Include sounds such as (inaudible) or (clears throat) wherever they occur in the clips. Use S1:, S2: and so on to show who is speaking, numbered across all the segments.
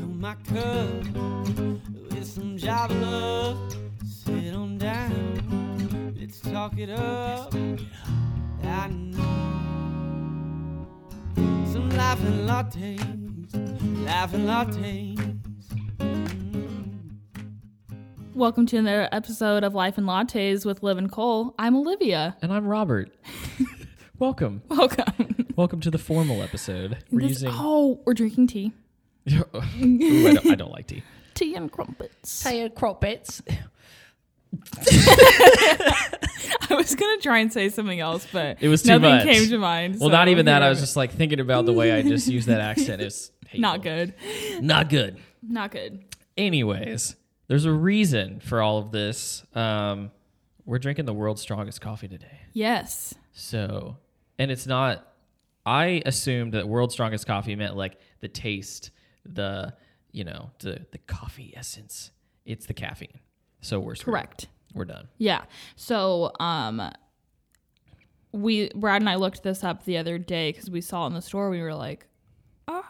S1: my cup with some Java love. Sit on down, let's talk it up. I know some laughing lattes, laughing lattes.
S2: Welcome to another episode of Life and Lattes with Liv and Cole. I'm Olivia. (laughs)
S3: And I'm Robert. Welcome.
S2: Welcome.
S3: Welcome to the formal episode. We're
S2: This-
S3: using.
S2: oh, we're drinking tea.
S3: (laughs) Ooh, I, don't, I don't like tea.
S2: Tea and crumpets. (laughs) I,
S4: tired crumpets.
S2: was gonna try and say something else, but
S3: It was too
S2: nothing
S3: much.
S2: came to mind.
S3: Well,
S2: so
S3: not even that. I was
S2: here-
S3: just like thinking about the way I just used that accent. It's
S2: (laughs)
S3: hateful.
S2: not good.
S3: Not good.
S2: Not good.
S3: Anyways, there's a reason for all of this. Um, we're drinking the world's strongest coffee today.
S2: Yes.
S3: So, and it's not. I assumed that world's strongest coffee meant like the taste, the you know, the the coffee essence. It's the caffeine. So we're screwed.
S2: Correct.
S3: We're done.
S2: Yeah. So, um, we Brad and I looked this up the other day because we saw it in the store. We were like, ah,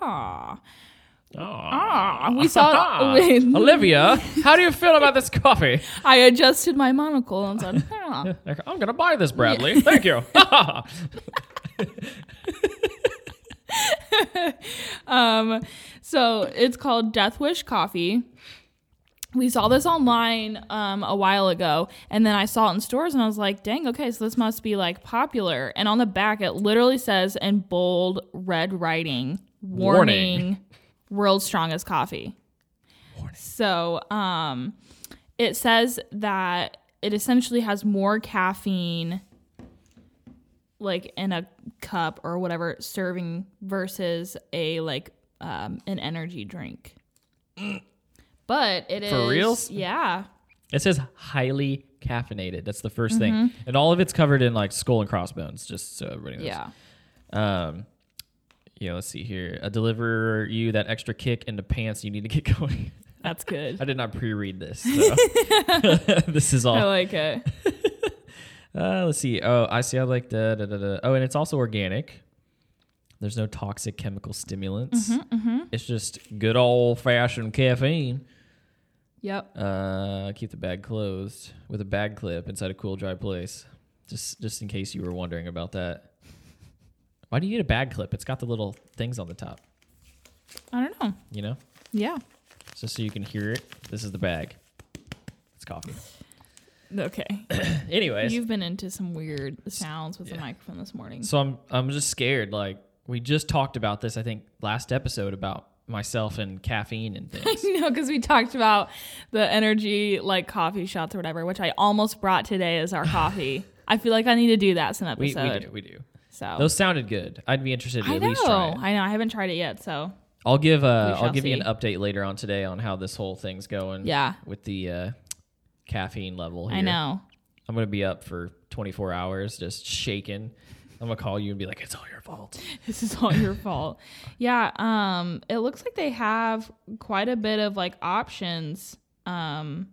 S2: ah. We
S3: (laughs)
S2: saw. it. (laughs)
S3: Olivia, how do you feel about this coffee?
S2: I adjusted my monocle and said, huh.
S3: Like, I'm gonna buy this, Bradley.
S2: (laughs)
S3: Thank you. (laughs)
S2: Um, so it's called Death Wish Coffee. We saw this online um, a while ago, and then I saw it in stores, and I was like, dang, okay, so this must be like popular. And on the back, it literally says in bold red writing, warning,
S3: Warning.
S2: world's strongest coffee. So um, it says that it essentially has more caffeine like in a cup or whatever serving versus a like um an energy drink. But it is
S3: For reals?
S2: Yeah.
S3: it says highly caffeinated. That's the 1st thing, and all of it's covered in like skull and crossbones, just so everybody knows.
S2: Mm-hmm. Yeah.
S3: Um, yeah. Let's see here. A deliver you that extra kick in the pants you need to get (laughs) going.
S2: That's
S3: (laughs)
S2: good.
S3: I did not pre-read this.
S2: (laughs)
S3: So. (laughs) this is all.
S2: I like it.
S3: Uh, let's see. Oh, I see. I like da da da da. Oh, and it's also organic. There's no toxic chemical stimulants. It's just good old fashioned caffeine.
S2: Yep.
S3: Uh, keep the bag closed with a bag clip inside a cool, dry place. Just just in case you were wondering about that. Why do you need a bag clip? It's got the little things on the top.
S2: I don't know.
S3: You know,
S2: Yeah.
S3: so so you can hear it. This is the bag. It's coffee. (laughs)
S2: Okay.
S3: Anyways,
S2: You've been into some weird sounds with the microphone this morning.
S3: So I'm I'm just scared. Like we just talked about this, I think last episode about myself and caffeine
S2: (laughs)
S3: and things.
S2: No, because we talked about the energy like coffee shots or whatever, which I almost brought today as our
S3: (laughs)
S2: coffee. I feel like I need to do that some
S3: we,
S2: episode.
S3: we do we do.
S2: So
S3: Those sounded good. I'd be interested to
S2: Oh. I
S3: at
S2: know.
S3: least try it.
S2: I know. I haven't tried it yet, so
S3: I'll give uh,
S2: We
S3: I'll
S2: shall
S3: give you
S2: see.
S3: an update later on today on how this whole thing's going.
S2: Yeah.
S3: With the uh, caffeine level. Here.
S2: I know. (laughs)
S3: I'm gonna be up for 24 hours, just shaking. I'm gonna call you and be like, "It's all your fault."
S2: This is all your fault. Yeah. Um. It looks like they have quite a bit of like options. Um.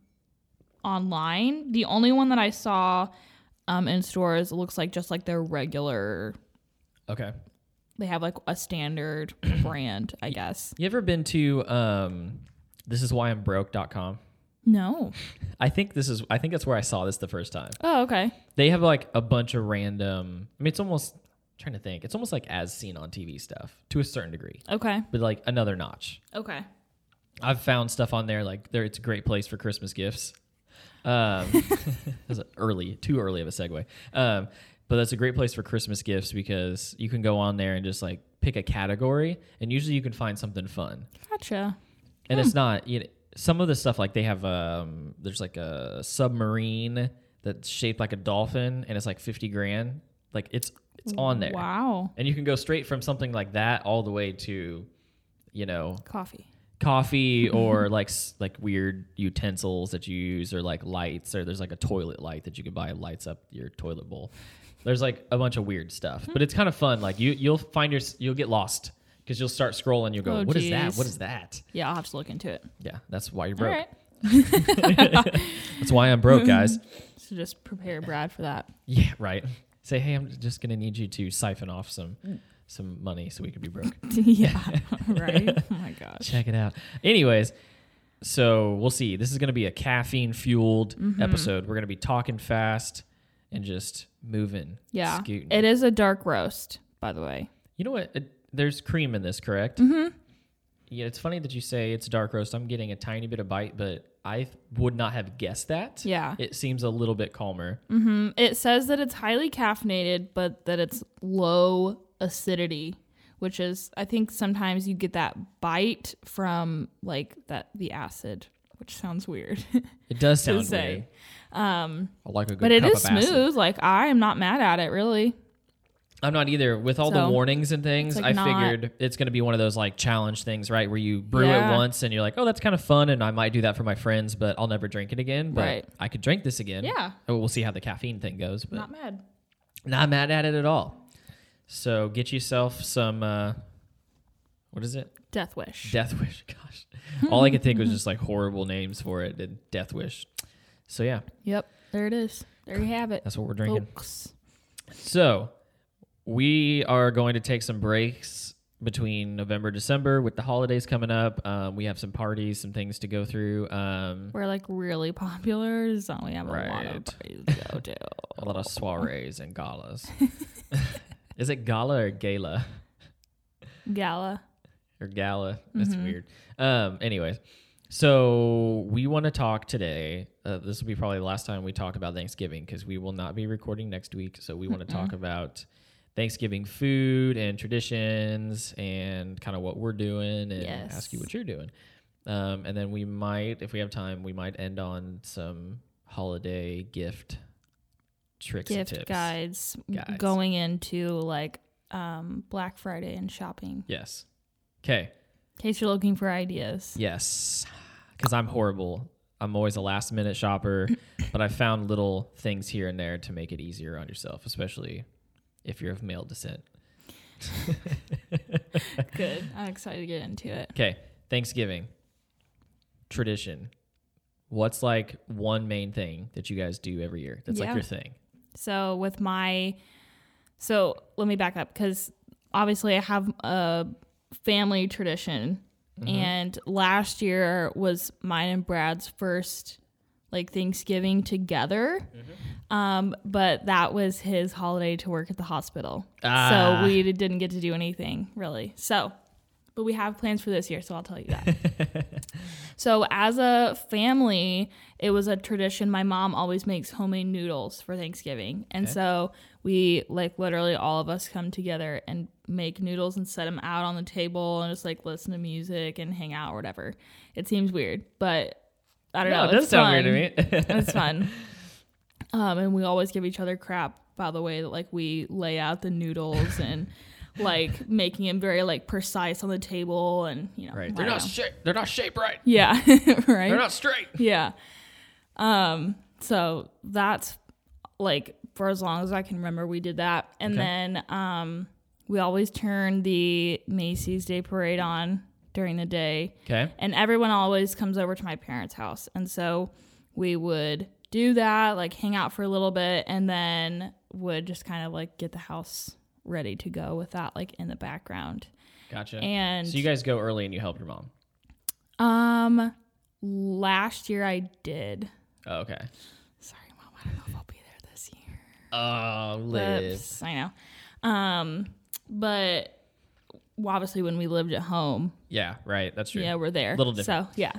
S2: Online, the only one that I saw, um, in stores looks like just like their regular.
S3: Okay.
S2: They have like a
S3: (clears throat)
S2: standard brand, I guess.
S3: You ever been to um, this is why I'm broke.com?
S2: No.
S3: I think this is I think that's where I saw this the first time.
S2: Oh, okay.
S3: they have like a bunch of random i mean it's almost I'm trying to think it's almost like as seen on tv stuff to a certain degree
S2: Okay.
S3: but like another notch
S2: Okay.
S3: i've found stuff on there like there it's a great place for christmas gifts um (laughs) that was a early too early of a segue um but that's a great place for christmas gifts because you can go on there and just like pick a category and usually you can find something fun
S2: Gotcha.
S3: and
S2: Hmm.
S3: it's not you know, some of the stuff like they have um there's like a submarine that's shaped like a dolphin and it's like 50 grand like it's it's on there
S2: Wow.
S3: and you can go straight from something like that all the way to you know
S2: Coffee. (laughs)
S3: coffee or like s- like weird utensils that you use or like lights or there's like a toilet light that you can buy lights up your toilet bowl there's like a bunch of weird stuff
S2: Hmm.
S3: but it's kind of fun like you you'll find your you'll get lost because you'll start scrolling you'll go
S2: Oh,
S3: what is that
S2: geez.
S3: what is that
S2: Yeah, I'll have to look into it.
S3: yeah, that's why you're
S2: All
S3: broke.
S2: right.
S3: That's why I'm
S2: (laughs)
S3: broke, guys.
S2: So (laughs) just prepare Brad for that.
S3: yeah, right. Say, hey, I'm just gonna need you to siphon off some some money so we could
S2: (laughs)
S3: be broke.
S2: yeah. Right. Oh my gosh.
S3: Check it out. Anyways, so we'll see. This is going to be a caffeine fueled
S2: Mm-hmm.
S3: episode. We're going to be talking fast and just moving.
S2: Yeah.
S3: Scooting.
S2: It is a dark roast, by the way.
S3: You know what? It, there's cream in this, correct? Mm-hmm. Yeah, it's funny that you say it's a dark roast. I'm getting a tiny bit of bite, but I th- would not have guessed that.
S2: Yeah.
S3: It seems a little bit calmer.
S2: Mm, It says that it's highly caffeinated, but that it's low acidity, which is I think sometimes you get that bite from like that the acid, which sounds weird (laughs)
S3: It does
S2: to
S3: sound weird.
S2: say. Um,
S3: I like a good
S2: But it
S3: cup
S2: is
S3: of acid.
S2: smooth. Like I am not mad at it really.
S3: I'm not either. With all
S2: So,
S3: the warnings and things,
S2: like
S3: I
S2: not-
S3: figured it's going to be one of those like challenge things, right? Where you brew
S2: Yeah.
S3: it once and you're like, oh, that's kind of fun. And I might do that for my friends, but I'll never drink it again. But
S2: Right.
S3: I could drink this again.
S2: Yeah.
S3: Oh, We'll see how the caffeine thing goes. But
S2: Not mad.
S3: Not mad at it at all. So get yourself some. Uh, what is it?
S2: Death wish.
S3: Death Wish. (laughs) Gosh, all I could think was just like horrible names for it. And Death Wish. So yeah,
S2: yep. There it is. There you have it.
S3: that's what we're drinking.
S2: Folks.
S3: So we are going to take some breaks between November December with the holidays coming up. Um, we have some parties, some things to go through. Um,
S2: We're like really popular, so we have a lot of
S3: Right.
S2: parties to go
S3: (laughs)
S2: to.
S3: a lot of soirees and galas. (laughs) is it gala or gala?
S2: Gala.
S3: or gala. That's
S2: Mm-hmm.
S3: weird. Um, anyways, so we want to talk today. Uh, this will be probably the last time we talk about Thanksgiving because we will not be recording next week. So we want to talk about Thanksgiving food and traditions and kind of what we're doing and ask you
S2: Yes.
S3: what you're doing. Um, and then we might, if we have time, we might end on some holiday gift tricks
S2: gift
S3: and tips.
S2: guides, m-
S3: Guides.
S2: going into like um, Black Friday and shopping.
S3: Yes. Okay.
S2: In case you're looking for ideas.
S3: Yes, because I'm horrible. I'm always a last minute (clears throat) shopper, but I found little things here and there to make it easier on yourself, especially if you're of male descent.
S2: (laughs) Good. I'm excited to get into it.
S3: Okay, Thanksgiving tradition. What's like one main thing that you guys do every year? That's like
S2: Yeah.
S3: your thing.
S2: So with my, so let me back up because obviously I have a family tradition,
S3: Mm-hmm.
S2: and last year was mine and Brad's first like Thanksgiving together. Um, but that was his holiday to work at the hospital,
S3: Ah.
S2: so we didn't get to do anything really. So, but we have plans for this year, so I'll tell you that.
S3: (laughs)
S2: So as a family, it was a tradition. My mom always makes homemade noodles for Thanksgiving, and so we like literally all of us come together and make noodles and set them out on the table and just like listen to music and hang out or whatever. It seems weird, but I don't
S3: No,
S2: know.
S3: it does
S2: it's
S3: sound
S2: fun.
S3: weird to me.
S2: it's fun. Um, and we always give each other crap by the way that like we lay out the noodles and
S3: (laughs)
S2: like making them very like precise on the table and you know
S3: (laughs) right?
S2: I
S3: They're
S2: don't
S3: not
S2: know.
S3: shaped. They're not shaped right.
S2: yeah (laughs) right
S3: They're not straight.
S2: yeah. Um, so that's like for as long as I can remember we did that. And
S3: Okay.
S2: then um we always turn the Macy's Day Parade on during the day.
S3: Okay.
S2: And everyone always comes over to my parents' house. And so we would do that, like hang out for a little bit, and then would just kind of like get the house ready to go with that like in the background.
S3: Gotcha.
S2: And-
S3: so you guys go early and you help your mom.
S2: Um last year I did.
S3: Oh, okay.
S2: Sorry, mom, I don't know if I'll be there this year.
S3: Oh, Liz.
S2: Oops, I know. Um, but well, obviously, when we lived at home,
S3: Yeah. Right. That's true.
S2: yeah, we're there.
S3: Little different.
S2: So yeah,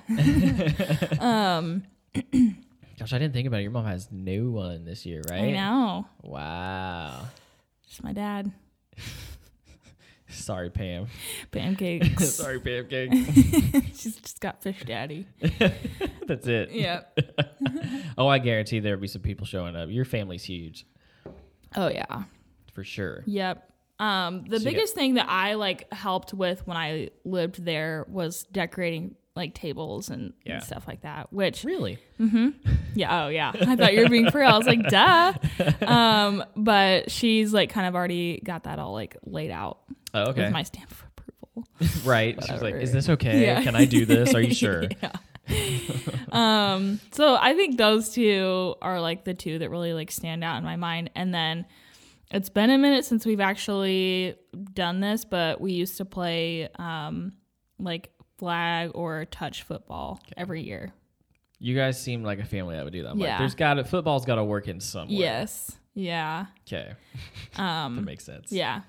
S3: Gosh, I didn't think about it. Your mom has no one this year, right?
S2: I know.
S3: Wow.
S2: It's my
S3: (laughs)
S2: dad.
S3: Sorry,
S2: (laughs)
S3: Pam. (laughs)
S2: Pancakes.
S3: Sorry, Pam King.
S2: (laughs) She's just got fish daddy.
S3: That's it.
S2: Yeah.
S3: Oh, I guarantee there'll be some people showing up. Your family's huge,
S2: Oh yeah.
S3: for sure.
S2: Yep. Um, the
S3: So you
S2: biggest thing that I like helped with when I lived there was decorating like tables and,
S3: Yeah.
S2: and stuff like that. Which
S3: Really?
S2: Yeah. Oh, yeah. I thought you were being for real. I was like,
S3: (laughs)
S2: duh. Um, but she's like kind of already got that all like laid out
S3: Oh, okay.
S2: with my stamp of approval.
S3: (laughs) right. She was like,
S2: Whatever.
S3: "Is this okay?
S2: Yeah.
S3: Can I do this? Are you sure?"
S2: (laughs) yeah. (laughs) um, so I think those two are like the two that really like stand out in my mind. And then It's been a minute since we've actually done this, but we used to play um, like flag or touch football every year.
S3: You guys seem like a family that would do that. I'm
S2: Yeah.
S3: like, there's got to football's got to work in somewhere.
S2: Yes. Yeah.
S3: Okay. (laughs) that
S2: Um,
S3: makes sense.
S2: yeah.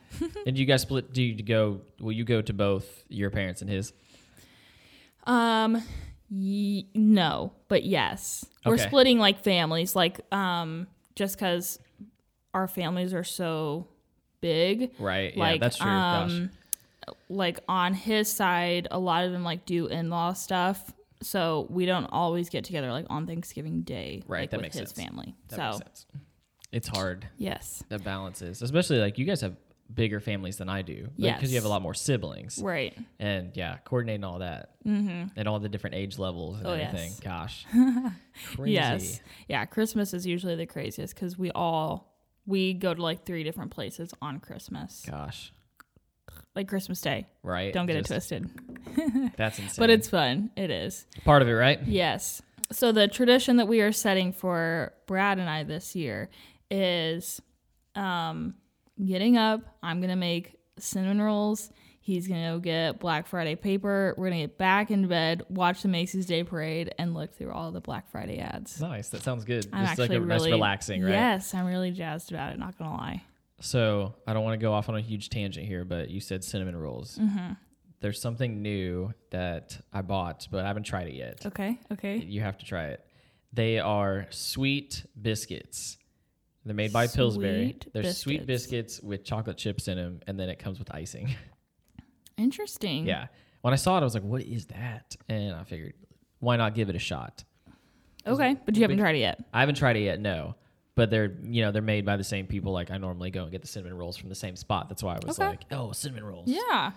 S3: And you guys split? Do you go? Will you go to both your parents and his?
S2: Um, y- no, but yes, we're
S3: Okay.
S2: splitting like families, like um, just because our families are so big.
S3: Right. yeah.
S2: Like,
S3: That's true.
S2: um, Like on his side, a lot of them like do in law stuff, so we don't always get together like on Thanksgiving Day,
S3: Right,
S2: Like,
S3: that
S2: with
S3: makes
S2: his
S3: sense.
S2: family.
S3: Gosh. That
S2: so
S3: makes sense. It's hard.
S2: yes,
S3: That balance is especially like you guys have bigger families than I do. Because you have
S2: Yes.
S3: a lot more siblings.
S2: right.
S3: And yeah, coordinating all that mm-hmm. and all the different age levels and
S2: Oh,
S3: everything.
S2: yes. (laughs)
S3: Gosh. Crazy.
S2: Yes. Yeah, Christmas is usually the craziest because we all we go to like three different places on Christmas,
S3: Gosh.
S2: like Christmas Day.
S3: Right.
S2: Don't get
S3: Just-
S2: it twisted.
S3: That's insane.
S2: But it's fun. It is.
S3: part of it, right?
S2: Yes. So the tradition that we are setting for Brad and I this year is um getting up. I'm gonna make cinnamon rolls. He's gonna go get Black Friday paper. We're gonna get back in bed, watch the Macy's Day Parade, and look through all the Black Friday ads.
S3: Nice. That sounds good.
S2: I'm
S3: Just
S2: actually
S3: like a
S2: really
S3: nice relaxing, right?
S2: Yes, I'm really jazzed about it. Not gonna lie.
S3: So I don't want to go off on a huge tangent here, but you said cinnamon rolls.
S2: Mm. Mm-hmm.
S3: There's something new that I bought, but I haven't tried it yet.
S2: Okay. Okay.
S3: You have to try it. They are sweet biscuits. They're made by Pillsbury.
S2: Sweet
S3: They're sweet
S2: biscuits. Mm-hmm.
S3: biscuits with chocolate chips in them, and then it comes with icing.
S2: Interesting.
S3: yeah. When I saw it, I was like, "What is that?" And I figured, why not give it a shot?
S2: Okay. But you haven't
S3: Big-
S2: tried it yet.
S3: I haven't tried it yet, no. But they're you know they're made by the same people. Like I normally go and get the cinnamon rolls from the same spot. That's why I was
S2: Okay.
S3: like, "Oh, cinnamon rolls."
S2: Yeah.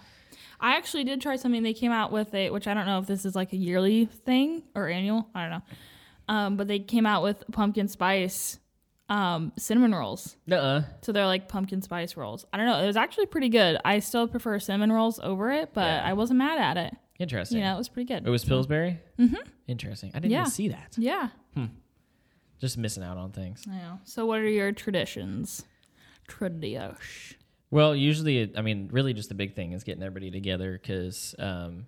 S2: I actually did try something. They came out with a, which I don't know if this is like a yearly thing or annual. I don't know. Um, but they came out with pumpkin spice um, cinnamon rolls.
S3: Nuh-uh.
S2: So they're like pumpkin spice rolls. I don't know. It was actually pretty good. I still prefer cinnamon rolls over it, but
S3: Yeah.
S2: I wasn't mad at it.
S3: Interesting.
S2: You know, it was pretty good.
S3: It was Pillsbury? Mm-hmm. Interesting. I didn't
S2: Yeah. Mm.
S3: even see that.
S2: yeah.
S3: Just missing out on things.
S2: I know. So what are your traditions? Tradition.
S3: Well, usually, it, I mean, really just the big thing is getting everybody together because um,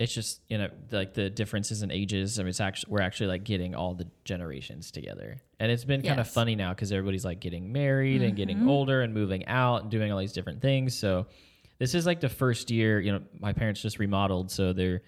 S3: it's just, you know, like the differences in ages. I mean, it's actually, we're actually like getting all the generations together. And it's been kind of
S2: Yes.
S3: funny now because everybody's like getting married and getting older and moving out and doing all these different things. So this is like the first year, you know, my parents just remodeled. So they're,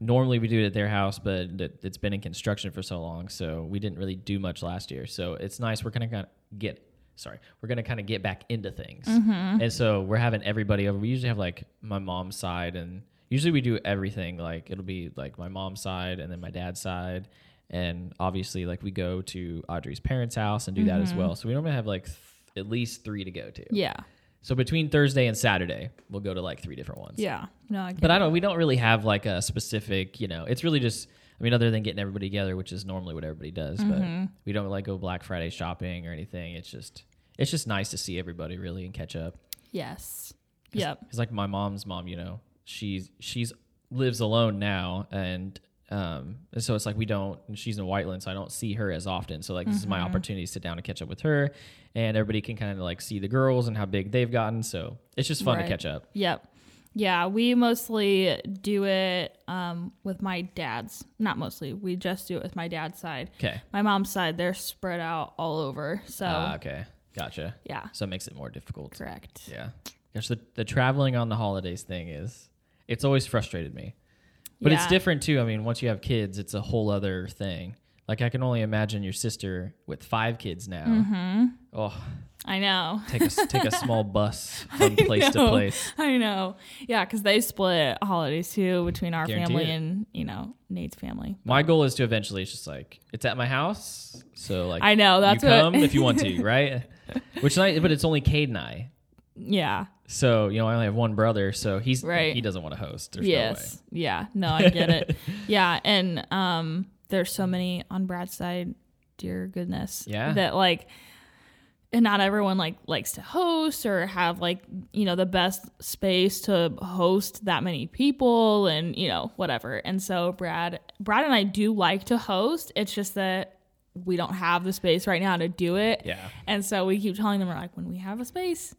S3: normally we do it at their house, but th- it's been in construction for so long, so we didn't really do much last year. So it's nice. We're gonna kind of get sorry, we're gonna kind of get back into things, and so we're having everybody over. We usually have like my mom's side, and usually we do everything. Like it'll be like my mom's side, and then my dad's side. And obviously, like we go to Audrey's parents' house and do that as well. So we normally have like th- at least three to go to.
S2: Yeah.
S3: So between Thursday and Saturday, we'll go to like three different ones.
S2: Yeah. No, I get
S3: But I don't. We don't really have like a specific. You know, it's really just. I mean, other than getting everybody together, which is normally what everybody does,
S2: Mm-hmm.
S3: but we don't like go Black Friday shopping or anything. It's just. It's just nice to see everybody really and catch up.
S2: yes. Yep.
S3: It's like my mom's mom. You know, she's she's lives alone now, and um, and so it's like we don't. And she's in Whiteland, so I don't see her as often. So like, this is
S2: Mm-hmm.
S3: my opportunity to sit down and catch up with her, and everybody can kind of like see the girls and how big they've gotten. So it's just fun
S2: Right.
S3: to catch up.
S2: Yep. Yeah, we mostly do it um, with my dad's. Not mostly. We just do it with my dad's side.
S3: Okay.
S2: My mom's side, they're spread out all over. So,
S3: Ah, okay. Gotcha.
S2: yeah,
S3: So it makes it more difficult.
S2: correct.
S3: Yeah. Gosh, the, the traveling on the holidays thing is, it's always frustrated me. But it's
S2: Yeah.
S3: different too. I mean, once you have kids, it's a whole other thing. Like, I can only imagine your sister with five kids now.
S2: Mm-hmm.
S3: Oh,
S2: I know.
S3: take a, s- take
S2: (laughs)
S3: a small bus from place to
S2: know.
S3: place.
S2: (laughs) I know. Yeah, because they split holidays too between our
S3: Guarantee
S2: family
S3: it.
S2: and, you know, Nate's family.
S3: My goal is to eventually, it's just like, it's at my house. So, like,
S2: I know, that's
S3: you
S2: what-
S3: come if you
S2: (laughs)
S3: want to, right? Which, I, but it's only Cade and I.
S2: Yeah.
S3: So, you know, I only have one brother. So he's,
S2: Right.
S3: he doesn't want to host. There's no way.
S2: yes. Yeah. No, I get
S3: (laughs)
S2: it. yeah. And um, there's so many on Brad's side. Dear goodness.
S3: Yeah.
S2: That like, and not everyone like likes to host or have like you know the best space to host that many people and you know whatever. And so Brad, Brad and I do like to host. It's just that we don't have the space right now to do it.
S3: Yeah.
S2: And so we keep telling them, we're like, when we have a space,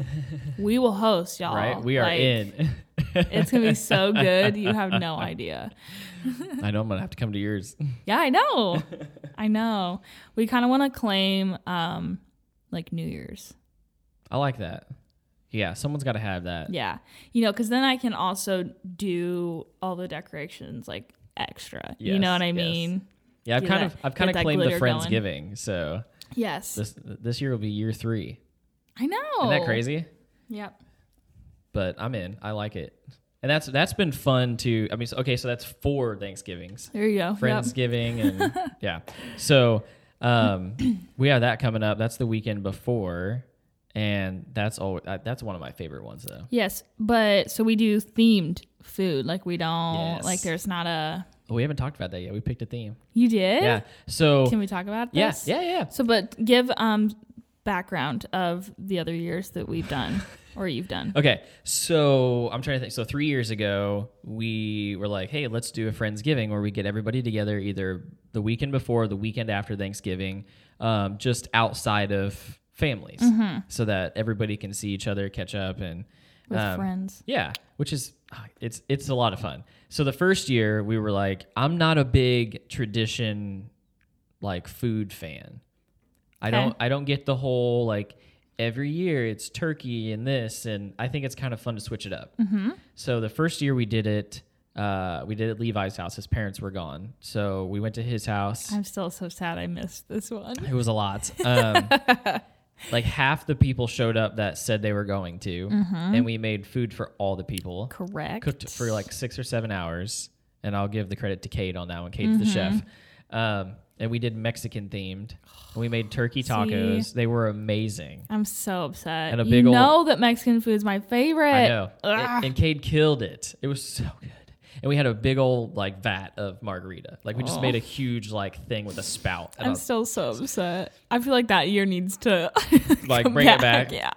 S2: we will host y'all.
S3: Right? We are
S2: Like,
S3: in.
S2: (laughs) It's gonna be so good. You have
S3: (laughs)
S2: no idea.
S3: I know I'm gonna have to come to yours.
S2: Yeah, I know. I know. We kind of want to claim um like New Year's.
S3: I like that. Yeah, someone's got to have that.
S2: Yeah. You know, cuz then I can also do all the decorations like extra. you know
S3: Yes,
S2: what I
S3: yes.
S2: mean?
S3: Yeah, I've
S2: Get
S3: kind
S2: that-
S3: of I've
S2: get
S3: kind of
S2: that
S3: claimed the
S2: glitter going.
S3: friendsgiving. So
S2: Yes.
S3: this this year will be year three.
S2: I know.
S3: Isn't that crazy?
S2: Yep.
S3: But I'm in. I like it, and that's that's been fun too. I mean, so, okay, so that's four Thanksgivings.
S2: There you go. Yep.
S3: Friendsgiving
S2: (laughs)
S3: and yeah. So um, (clears throat) we have that coming up. That's the weekend before, and that's all. uh, That's one of my favorite ones though.
S2: Yes, but so we do themed food. Like we don't
S3: Yes.
S2: like there's not a
S3: Oh, We haven't talked about that yet. We picked a theme.
S2: You did?
S3: Yeah. So
S2: Eh. Can we talk about
S3: yeah,
S2: this?
S3: yeah, yeah.
S2: So but give um background of the other years that we've done or you've
S3: (laughs)
S2: done.
S3: Okay, so I'm trying to think. So three years ago, we were like, "Hey, let's do a friendsgiving where we get everybody together either the weekend before, or the weekend after Thanksgiving, um, just outside of families, so that everybody can see each other, catch up, and
S2: With
S3: um,
S2: friends.
S3: yeah, which is ah, it's it's a lot of fun. So the first year we were like, I'm not a big tradition like food fan. I
S2: Okay.
S3: don't I don't get the whole like every year it's turkey and this and I think it's kind of fun to switch it up.
S2: Mm-hmm.
S3: So the first year we did it uh, we did it at Levi's house. His parents were gone, so we went to his house.
S2: I'm still so sad I missed this one.
S3: (laughs) It was a lot.
S2: (laughs)
S3: Um, like half the people showed up that said they were going to,
S2: Mm-hmm.
S3: and we made food for all the people.
S2: Correct.
S3: Cooked for like six or seven hours, and I'll give the credit to Kate on that one. Kate's
S2: Mm-hmm.
S3: the chef. Um, and we did Mexican themed. We made turkey tacos. They were amazing.
S2: I'm so upset.
S3: And a
S2: you
S3: big ol-
S2: know that Mexican food is my favorite.
S3: I know.
S2: Ugh.
S3: And, and Cade killed it. It was so good. And we had a big old like vat of margarita. Like we just made a huge like thing with a spout.
S2: Oh.
S3: And I
S2: I'm
S3: was-
S2: still so upset. I feel like that year needs to (laughs)
S3: Like,
S2: come
S3: bring it back.
S2: Yeah.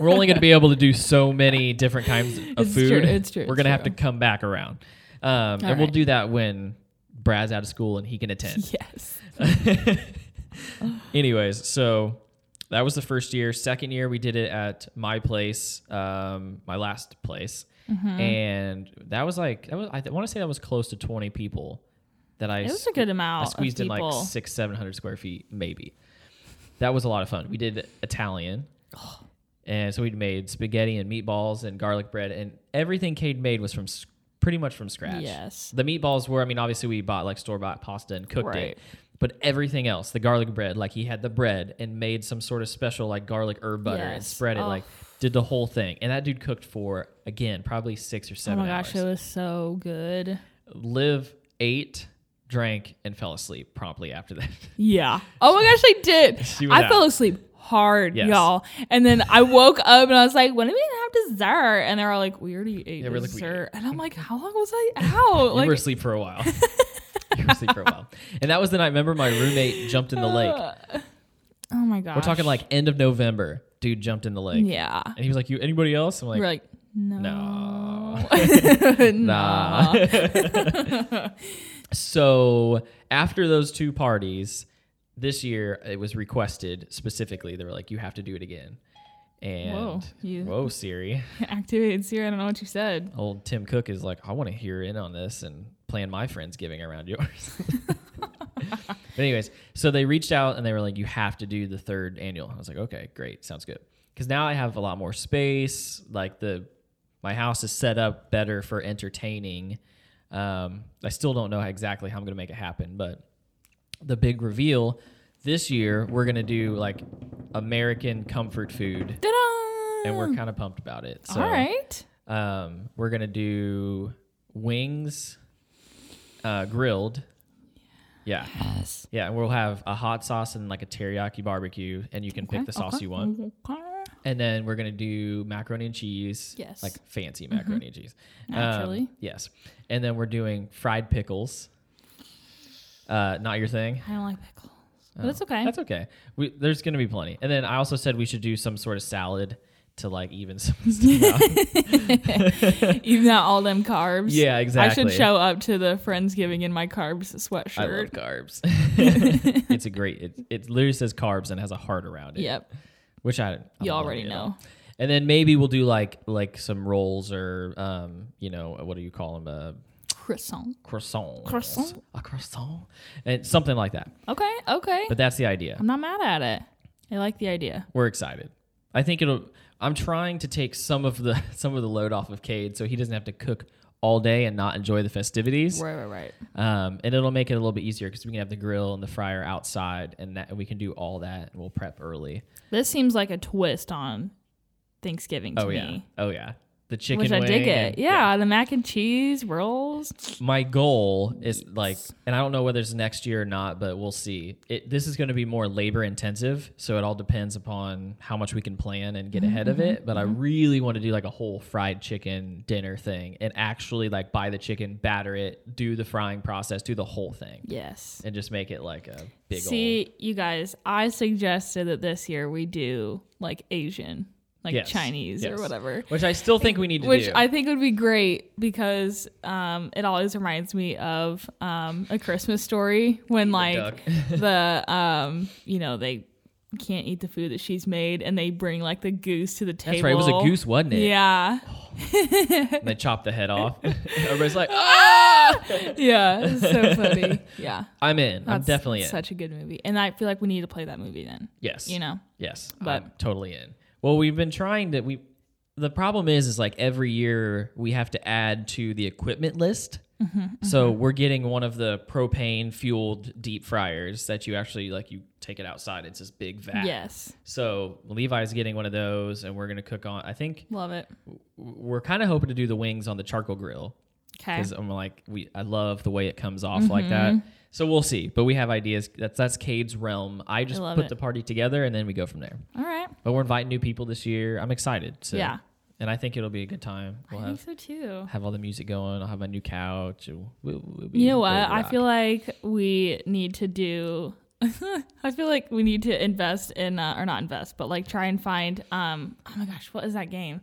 S3: we're only going to be able to do so many different kinds of
S2: It's
S3: food.
S2: true, it's true,
S3: We're
S2: it's
S3: going to have to
S2: true.
S3: come back around. Um, and we'll
S2: right.
S3: do that when Brad's out of school and he can attend.
S2: Yes.
S3: Anyways, so that was the first year. Second year, we did it at my place, um, my last place,
S2: Mm-hmm.
S3: and that was like that was, I want to say that was close to twenty people. That I
S2: It was
S3: sque-
S2: a good
S3: I
S2: amount.
S3: squeezed
S2: of
S3: in
S2: people.
S3: like six, seven hundred square feet, maybe. That was a lot of fun. We did Italian, and so we made spaghetti and meatballs and garlic bread, and everything Cade made was from s- pretty much from scratch.
S2: Yes.
S3: the meatballs were. I mean, obviously we bought like store bought pasta and cooked
S2: Right.
S3: it, but everything else, the garlic bread, like he had the bread and made some sort of special like garlic herb butter and
S2: Yes.
S3: spread it,
S2: Oh.
S3: like did the whole thing. And that dude cooked for again probably six or
S2: Oh
S3: seven
S2: my gosh, it
S3: hours.
S2: was so good.
S3: Liv ate, drank, and fell asleep promptly after that. (laughs)
S2: Yeah. Oh my gosh, I did.
S3: She was
S2: I fell
S3: out.
S2: asleep hard,
S3: Yes.
S2: y'all. And then I woke up and I was like, when are we gonna have dessert? And they were like, we already ate
S3: Yeah, we're like, we
S2: dessert. and I'm
S3: (laughs)
S2: like, how long was I out?
S3: you
S2: like,
S3: were asleep for a
S2: (laughs)
S3: while. you were asleep for a while, and that was the night. Remember, my roommate jumped in the lake.
S2: oh my gosh.
S3: We're talking like end of November. Dude jumped in the lake.
S2: Yeah.
S3: And he was like, "You anybody else?" I'm like,
S2: we're like, no. (laughs)
S3: "No."
S2: no.
S3: Nah.
S2: (laughs)
S3: so after those two parties, this year it was requested specifically. They were like, "You have to do it again." And
S2: Whoa,
S3: whoa,
S2: you-
S3: Siri,
S2: Activated Siri, I don't know what you said.
S3: old Tim Cook is like, "I want to hear in on this and plan my friendsgiving around yours."
S2: (laughs)
S3: but anyways, so they reached out and they were like, "You have to do the third annual." I was like, "Okay, great, sounds good." Because now I have a lot more space. Like the my house is set up better for entertaining. Um, I still don't know exactly how I'm going to make it happen, but the big reveal this year we're going to do like American comfort food,
S2: Ta-da!
S3: and we're kind of pumped about it. So,
S2: Mm. All right.
S3: um, we're gonna do wings, uh, grilled. Yeah,
S2: Yes.
S3: yeah, and we'll have a hot sauce and like a teriyaki barbecue, and you can pick the sauce you want.
S2: Okay.
S3: And then we're gonna do macaroni and cheese.
S2: Yes. Mm-hmm.
S3: like fancy macaroni and cheese. Um,
S2: Naturally.
S3: yes, and then we're doing fried pickles. Uh, not your thing.
S2: I don't like pickles.
S3: Oh.
S2: But it's okay.
S3: That's okay. We, there's gonna be plenty. And then I also said we should do some sort of salad to like even some
S2: (laughs)
S3: stuff out.
S2: Even out all them carbs.
S3: Yeah,
S2: I
S3: exactly.
S2: should show up to the Friendsgiving in my carbs sweatshirt.
S3: I love carbs. (laughs)
S2: (laughs)
S3: it's a great. It, it literally says carbs and has a heart around it.
S2: Yep.
S3: Which I, I
S2: You
S3: love
S2: already
S3: it.
S2: know.
S3: And then maybe we'll do like like some rolls or um you know what do you call them uh,
S2: Croissant.
S3: croissant
S2: Croissant?
S3: a croissant and something like that.
S2: Okay, okay.
S3: But that's the idea.
S2: I'm not mad at it. I like the idea.
S3: We're excited. I think it'll. I'm trying to take some of the (laughs) some of the load off of Cade so he doesn't have to cook all day and not enjoy the festivities.
S2: Right, right, right.
S3: Um, and it'll make it a little bit easier because we can have the grill and the fryer outside, and that and we can do all that, and we'll prep early.
S2: This seems like a twist on Thanksgiving to
S3: Oh yeah,
S2: me.
S3: oh yeah. The chicken
S2: Which I
S3: wing
S2: dig
S3: and-
S2: it. Yeah, the mac and cheese rolls.
S3: My goal is like, and I don't know whether it's next year or not, but we'll see. It, this is going to be more labor intensive, so it all depends upon how much we can plan and get ahead
S2: Mm-hmm.
S3: of it. But I really want to do like a whole fried chicken dinner thing and actually like buy the chicken, batter it, do the frying process, do the whole thing,
S2: Yes.
S3: and just make it like a big
S2: See, you guys, I suggested that this year we do like Asian, like
S3: Yes,
S2: Chinese
S3: yes.
S2: or whatever.
S3: old. Which I still think we need to
S2: Which
S3: do.
S2: I think would be great because um, it always reminds me of um, a Christmas story when like
S3: duck. (laughs)
S2: the um, you know they can't eat the food that she's made and they bring like the goose to the table.
S3: That's right. It was a goose, wasn't it?
S2: Yeah,
S3: And they chop the head
S2: (laughs)
S3: off. Everybody's like, "Ah,
S2: yeah, it's so
S3: (laughs)
S2: funny. Yeah,
S3: I'm in. I'm
S2: That's
S3: definitely in.
S2: such a good movie, and I feel like we need to play that movie then.
S3: yes.
S2: You know,
S3: Yes,
S2: But-
S3: I'm totally in. Well, we've been trying to. We the problem is is like every year we have to add to the equipment list.
S2: Mm-hmm,
S3: So we're getting one of the propane fueled deep fryers that you actually like. You take it outside. It's this big vat.
S2: yes,
S3: So Levi's getting one of those, and we're gonna cook on. I think
S2: love it.
S3: we're kind of hoping to do the wings on the charcoal grill
S2: Okay, Mm-hmm.
S3: because I'm like we I love the way it comes off like that. So we'll see, but we have ideas. That's that's Cade's realm. I just
S2: love
S3: put
S2: it.
S3: the party together, and then we go from there.
S2: all right.
S3: But we're inviting new people this year. I'm excited. So.
S2: Yeah.
S3: And I think it'll be a good time. We'll
S2: I think
S3: have,
S2: so too.
S3: have all the music going. I'll have my new couch. and We'll, we'll be
S2: You know what?
S3: ready to
S2: I
S3: rock.
S2: feel like we need to do. (laughs) I feel like we need to invest in, uh, or not invest, but like try and find. Um, oh my gosh, what is that game?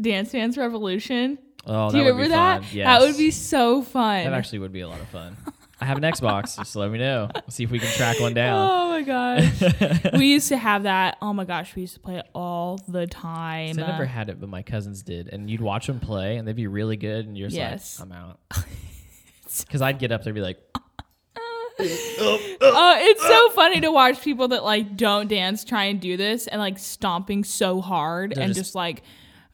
S2: Dance Dance Revolution.
S3: Oh,
S2: do you
S3: that
S2: remember
S3: would be
S2: that?
S3: Fun. Yes.
S2: That would be so fun.
S3: That actually would be a lot of fun. I have an Xbox. Just let me know. See if we can track one down.
S2: (laughs) oh my
S3: (laughs)
S2: gosh, we used to have that. Oh my gosh, we used to play it all the time.
S3: I never had it, but my cousins did, and you'd watch them play, and they'd be really good, and you're just
S2: Yes.
S3: like,
S2: (laughs)
S3: "I'm out," because I'd get up there and be like,
S2: (gasps) Oh, it's so funny to watch people that like don't dance try and do this and like stomping so hard
S3: They're
S2: and
S3: just
S2: just, like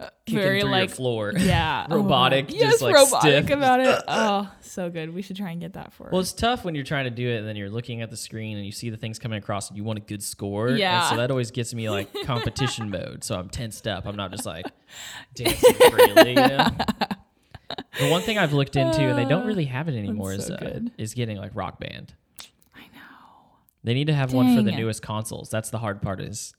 S2: uh,
S3: kicking
S2: very
S3: through
S2: like
S3: your floor.
S2: (laughs)
S3: (laughs)
S2: yeah Oh my
S3: Robotic,
S2: God.
S3: just,
S2: yes
S3: like,
S2: robotic
S3: stiff.
S2: about it
S3: (laughs)
S2: oh so good we should try and get that for
S3: Well, it's tough when you're trying to do it and then you're looking at the screen and you see the things coming across and you want a good score. And
S2: Yeah.
S3: so that always gets
S2: (laughs)
S3: me like competition mode. So I'm tensed up. I'm not just like dancing freely. You know? The one thing I've looked into and they don't really have it anymore is
S2: so
S3: uh,
S2: good.
S3: is getting like Rock Band.
S2: i know
S3: They need to have one for the
S2: Dang.
S3: newest consoles. That's the hard part. Is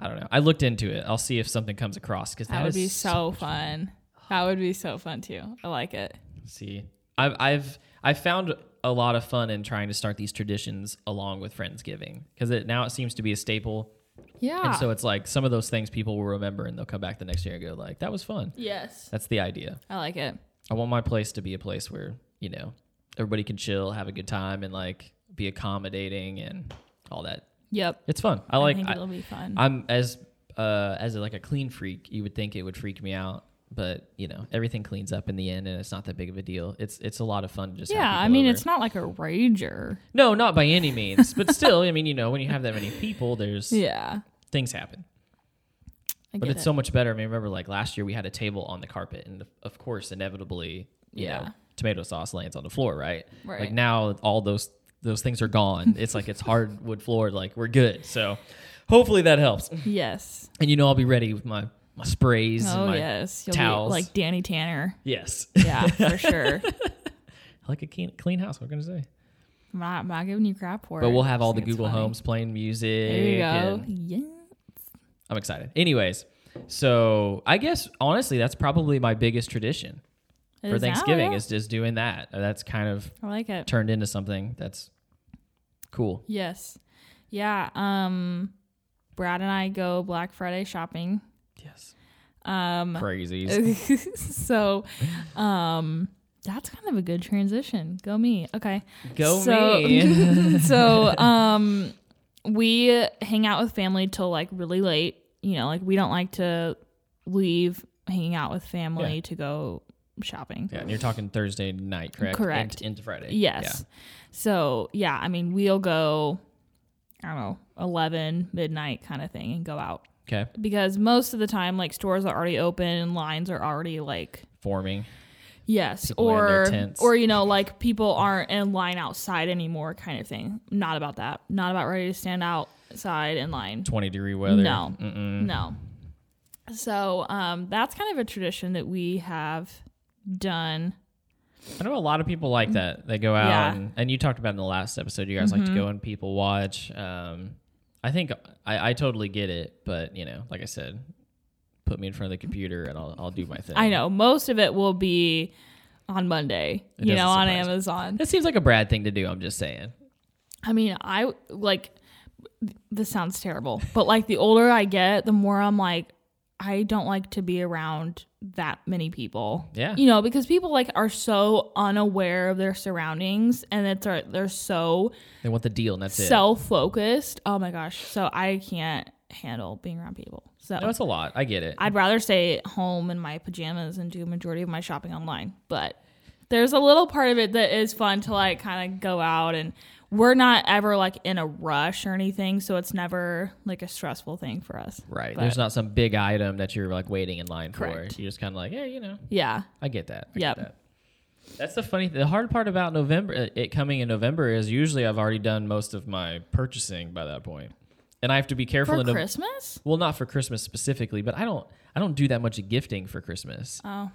S3: I don't know. I looked into it. I'll see if something comes across because
S2: that, would be so fun that would be so fun too i like it
S3: See, I've I've I've found a lot of fun in trying to start these traditions along with Friendsgiving because it now it seems to be a staple,
S2: yeah
S3: and so it's like some of those things people will remember and they'll come back the next year and go like that was fun.
S2: yes
S3: That's the idea.
S2: i like it
S3: I want my place to be a place where you know everybody can chill, have a good time, and like be accommodating and all that.
S2: yep
S3: It's fun. I
S2: i
S3: like.
S2: think
S3: I-
S2: it'll be fun
S3: I'm as uh, as like a clean freak, you would think it would freak me out, but you know everything cleans up in the end, and it's not that big of a deal. It's it's a lot of fun. To just have
S2: yeah i
S3: people
S2: mean
S3: over.
S2: it's not like a rager
S3: no, not by any means, but still, I mean you know when you have that many people, there's
S2: yeah
S3: things happen.
S2: I
S3: But
S2: get
S3: it's so much better. I mean, remember like last year we had a table on the carpet, and of course inevitably, you
S2: Yeah.
S3: know, tomato sauce lands on the floor, right? Like
S2: Right.
S3: now all those those things are gone. it's like it's hardwood floor. Like we're good. So hopefully that helps.
S2: yes
S3: And you know I'll be ready with my my sprays
S2: oh
S3: and my
S2: yes you'll
S3: towels.
S2: be like danny
S3: (laughs)
S2: tanner
S3: yes.
S2: Yeah, for sure.
S3: I like a clean, clean house, what can I say?
S2: I'm not, I'm not giving you crap for it.
S3: But we'll have all
S2: Just
S3: the
S2: think it's
S3: Google
S2: funny.
S3: Homes playing music.
S2: There you go.
S3: and
S2: Yeah.
S3: I'm excited. Anyways, so I guess honestly that's probably my biggest tradition
S2: It
S3: for
S2: is now,
S3: Thanksgiving
S2: yeah.
S3: is just doing that. That's kind of
S2: I like it.
S3: turned into something that's cool.
S2: Yes. Yeah. Um, Brad and I go Black Friday shopping.
S3: Yes.
S2: Um, (laughs)
S3: Crazies. (laughs)
S2: so um that's kind of a good transition go me okay (laughs)
S3: Go
S2: so, (laughs)
S3: me.
S2: so um we hang out with family till like really late you know like we don't like to leave hanging out with family
S3: Yeah.
S2: to go shopping
S3: yeah, and (laughs) you're talking Thursday night, correct?
S2: Correct.
S3: And, into Friday.
S2: yes so yeah i mean we'll go i don't know 11 midnight kind of thing and go out
S3: Yeah. Okay.
S2: because most of the time like stores are already open and lines are already like
S3: Forming.
S2: Yes,
S3: People in their
S2: or
S3: tents.
S2: or you know, like people aren't in line outside anymore, kind of thing. Not about that. Not about ready to stand outside in line.
S3: 20 degree weather.
S2: No.
S3: Mm-mm.
S2: No. So um, that's kind of a tradition that we have done.
S3: I know a lot of people like that. They go out
S2: Mm. Yeah. Mm-hmm.
S3: and, and you talked about in the last episode. You guys like to go and people watch. Um, I think I, I totally get it, but you know, like I said, put me in front of the computer and I'll I'll do my thing.
S2: I know most of it will be on Monday.
S3: It
S2: you
S3: doesn't
S2: know, on
S3: surprise me.
S2: Amazon.
S3: That seems like a Brad thing to do. I'm just saying.
S2: I mean, I like this sounds terrible, but like the older I get, the more I'm like, I don't like to be around that many people.
S3: Yeah.
S2: You know, because people like are so unaware of their surroundings and it's are they're so
S3: They want the deal and that's it.
S2: self focused. Oh my gosh. So I can't handle being around people. So
S3: No, it's a lot. I get it.
S2: I'd rather stay at home in my pajamas and do a majority of my shopping online. But there's a little part of it that is fun to like kind of go out and we're not ever like in a rush or anything, so it's never like a stressful thing for us.
S3: right.
S2: But-
S3: There's not some big item that you're like waiting in line
S2: Correct.
S3: for. You're just kind of like, yeah, you know,
S2: Yeah.
S3: I get that. I
S2: Yep.
S3: get that. That's the funny. The hard part about November, uh, it coming in November, is usually I've already done most of my purchasing by that point, and I have to be careful
S2: For
S3: in Nov-
S2: Christmas?
S3: Well, not for Christmas specifically, but I don't. I don't do that much gifting for Christmas.
S2: Oh.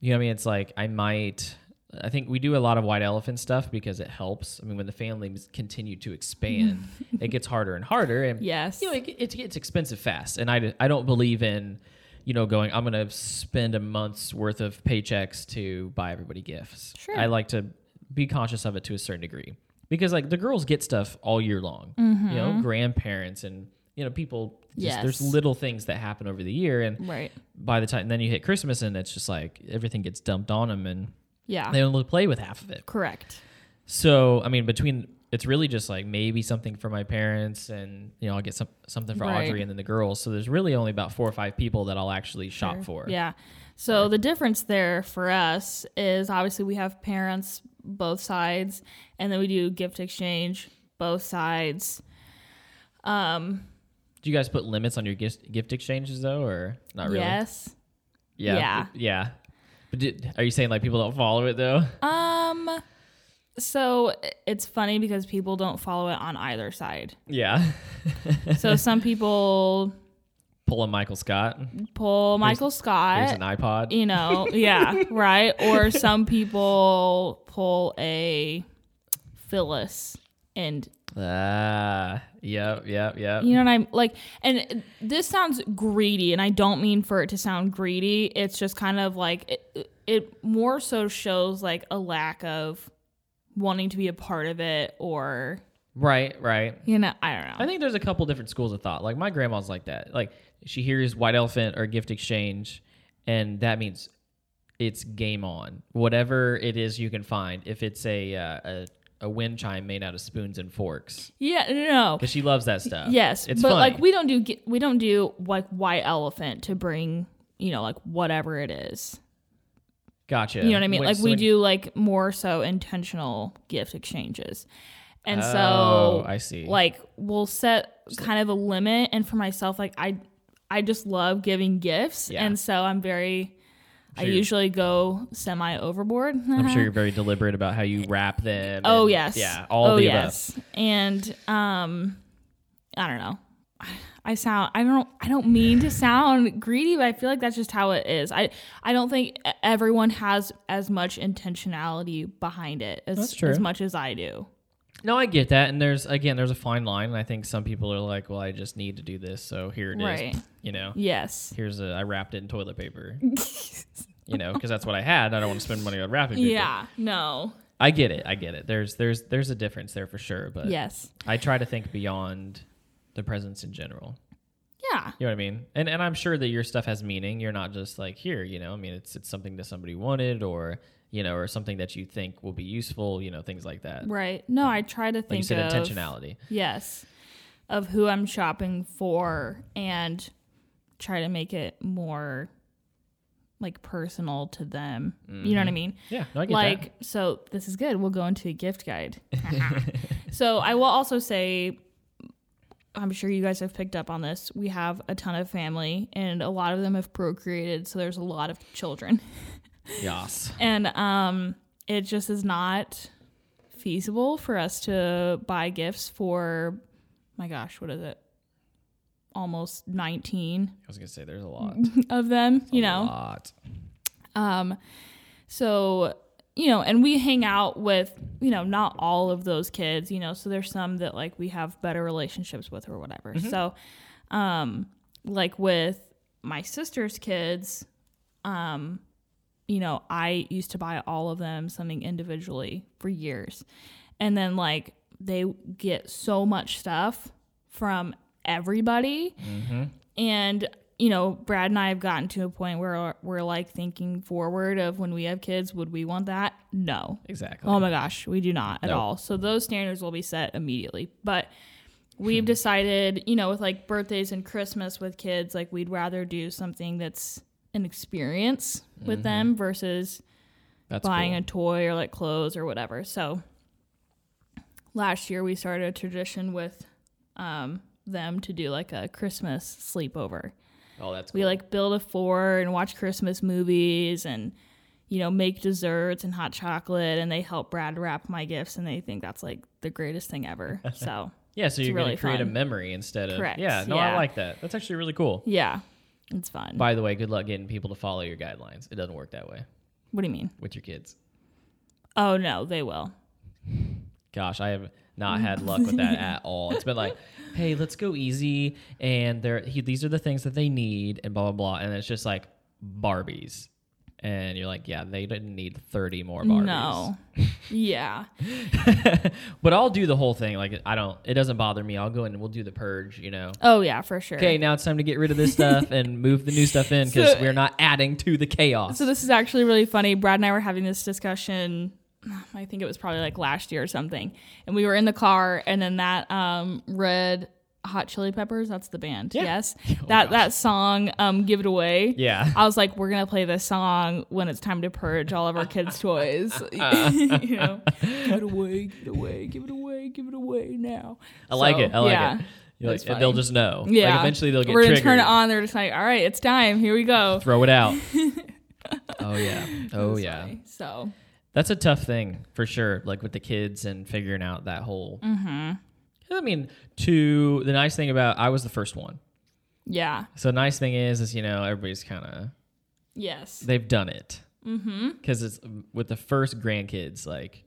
S3: You know what I mean? It's like I might. I think we do a lot of white elephant stuff because it helps. I mean, when the families continue to
S2: (laughs)
S3: expand, it gets harder and harder, and
S2: Yes.
S3: you know, it, it gets expensive fast. And I, I don't believe in, you know, going, I'm going to spend a month's worth of paychecks to buy everybody gifts.
S2: Sure.
S3: I like to be conscious of it to a certain degree because, like, the girls get stuff all year long, you know, grandparents and, you know, people. Just, There's
S2: Mm-hmm. Yes.
S3: little things that happen over the year. And
S2: Right.
S3: by the time, then you hit Christmas and it's just like everything gets dumped on them and
S2: Yeah.
S3: they only play with half of it.
S2: Correct.
S3: So I mean, between it's really just like maybe something for my parents, and you know I'll get some something for
S2: Right.
S3: Audrey and then the girls. So there's really only about four or five people that I'll actually shop for.
S2: Yeah. So the difference there for us is obviously we have parents both sides, and then we do gift exchange both sides. Um,
S3: Do you guys put limits on your gift gift exchanges though, or not really?
S2: Yes.
S3: Yeah.
S2: Yeah.
S3: yeah. But did, are you saying like people don't follow it though?
S2: Um. So it's funny because people don't follow it on either side.
S3: (laughs) Yeah.
S2: So some people
S3: Pull a Michael Scott.
S2: pull Michael
S3: Here's an
S2: Scott,
S3: iPod.
S2: you know, yeah, right. Or some people pull a Phyllis and
S3: Ah. yep. Yep. Yep.
S2: You know what I'm like, and this sounds greedy, and I don't mean for it to sound greedy. It's just kind of like it, it more so shows like a lack of wanting to be a part of it, or
S3: Right. Right.
S2: you know, I don't know.
S3: I think there's a couple different schools of thought. Like my grandma's like that. Like she hears white elephant or gift exchange, and that means it's game on. Whatever it is you can find. If it's a uh, a, a wind chime made out of spoons and forks,
S2: yeah, no,
S3: because she loves that stuff.
S2: yes,
S3: it's
S2: but
S3: funny.
S2: like we don't do gi- we don't do like white elephant to bring you know like whatever it is.
S3: gotcha.
S2: You know what I mean?
S3: Wait,
S2: like
S3: so
S2: we
S3: when-
S2: do like more so intentional gift exchanges, and
S3: Oh,
S2: so
S3: I see.
S2: like we'll set kind of a limit and for myself like i i just love giving gifts
S3: Yeah.
S2: and so i'm very i
S3: Sure.
S2: usually go semi overboard
S3: I'm
S2: (laughs)
S3: sure you're very deliberate about how you wrap them.
S2: oh
S3: and-
S2: yes
S3: Yeah. All
S2: oh
S3: the above.
S2: yes and um i don't know i sound i don't i don't mean to sound greedy but i feel like that's just how it is i i don't think e- everyone has as much intentionality behind it as,
S3: That's true.
S2: as much as i do
S3: No, I get that. And there's again, there's a fine line. And I think some people are like, well, I just need to do this, so here it is.
S2: Right.
S3: You know.
S2: yes
S3: here's a I wrapped it in toilet
S2: (laughs)
S3: paper. you know, because that's what I had. I don't want to spend money on wrapping paper.
S2: yeah no
S3: I get it. I get it. There's there's there's a difference there for sure. But
S2: yes
S3: I try to think beyond the presents in general.
S2: Yeah.
S3: You know what I mean? And and I'm sure that your stuff has meaning. You're not just like here, you know. I mean, it's it's something that somebody wanted, or you know, or something that you think will be useful, you know, things like that.
S2: Right. No, I try to think
S3: Like you said,
S2: of
S3: intentionality.
S2: Yes. Of who I'm shopping for and try to make it more like personal to them. You know what I mean?
S3: Yeah, no, Mm-hmm. I get that.
S2: like so this is good we'll go into a gift
S3: (laughs)
S2: guide (laughs) so i will also say i'm sure you guys have picked up on this we have a ton of family and a lot of them have procreated so there's a lot of children
S3: Yes.
S2: and um it just is not feasible for us to buy gifts for my gosh what is it almost 19
S3: I was gonna say there's a
S2: (laughs)
S3: lot.
S2: of them you know
S3: a lot.
S2: Um, so you know, and we hang out with you know not all of those kids, you know. So there's some that like we have better relationships with or whatever. So, um, like with my sister's kids, um, you know, I used to buy all of them something individually for years, and then like they get so much stuff from everybody and you know brad and i have gotten to a point where we're like thinking forward of when we have kids would we want that no
S3: Exactly.
S2: oh my gosh we do not at
S3: No.
S2: all so those standards will be set immediately but
S3: Hmm.
S2: we've decided you know with like birthdays and christmas with kids like we'd rather do something that's an experience with them versus
S3: Mm-hmm. That's
S2: buying
S3: cool.
S2: a toy or like clothes or whatever. So last year we started a tradition with um, them to do like a Christmas sleepover.
S3: Oh, that's
S2: We like build a fort and watch Christmas movies and you know make desserts and hot chocolate and they help Brad wrap my gifts and they think that's like the greatest thing ever. so
S3: yeah. So you're
S2: really
S3: gonna create a
S2: fun.
S3: memory instead of
S2: Correct,
S3: yeah. No, I
S2: yeah.
S3: like that. That's actually really cool.
S2: yeah, it's fun.
S3: By the way, good luck getting people to follow your guidelines. It doesn't work that way
S2: what do you mean?
S3: with your kids.
S2: Oh no, they will.
S3: Gosh, I have not had luck with that at
S2: (laughs)
S3: all. It's been like, hey, let's go easy, and there, he, these are the things that they need, and blah blah blah, and it's just like Barbies, and you're like, yeah, they didn't need thirty more Barbies.
S2: No. yeah.
S3: but I'll do the whole thing. Like, I don't, it doesn't bother me. I'll go in and we'll do the purge, you know.
S2: Oh yeah, for sure.
S3: Okay, now it's time to get rid of
S2: (laughs)
S3: this stuff and move the new stuff in because
S2: So-
S3: we're not adding to the chaos.
S2: So this is actually really funny. Brad and I were having this discussion. I think it was probably like last year or something, and we were in the car, and then that um, red Hot Chili Peppers. That's the band.
S3: Yeah. (laughs) Oh
S2: Yes, that that song, um, "Give It Away."
S3: yeah.
S2: I was like, we're gonna play this song when it's time to purge all of our kids' toys.
S3: (laughs)
S2: (laughs) you
S3: Uh.
S2: know, give it away, give it away, give it away, give it away now.
S3: I like
S2: So,
S3: it. I like
S2: yeah.
S3: it. You're like,
S2: That's
S3: they'll
S2: funny.
S3: just know. Like,
S2: Yeah.
S3: eventually they'll get
S2: We're gonna
S3: triggered.
S2: turn it on. They're just like, all right, it's time. Here we go.
S3: Throw
S2: (laughs)
S3: it out. oh yeah. Oh
S2: It's
S3: yeah.
S2: funny. So
S3: That's a tough thing for sure. Like with the kids and figuring out that whole.
S2: Mm-hmm.
S3: I mean, to the nice thing about I was the first one.
S2: yeah.
S3: So the nice thing is, is you know everybody's kind of
S2: Yes.
S3: they've done it because mm-hmm. it's with the first grandkids like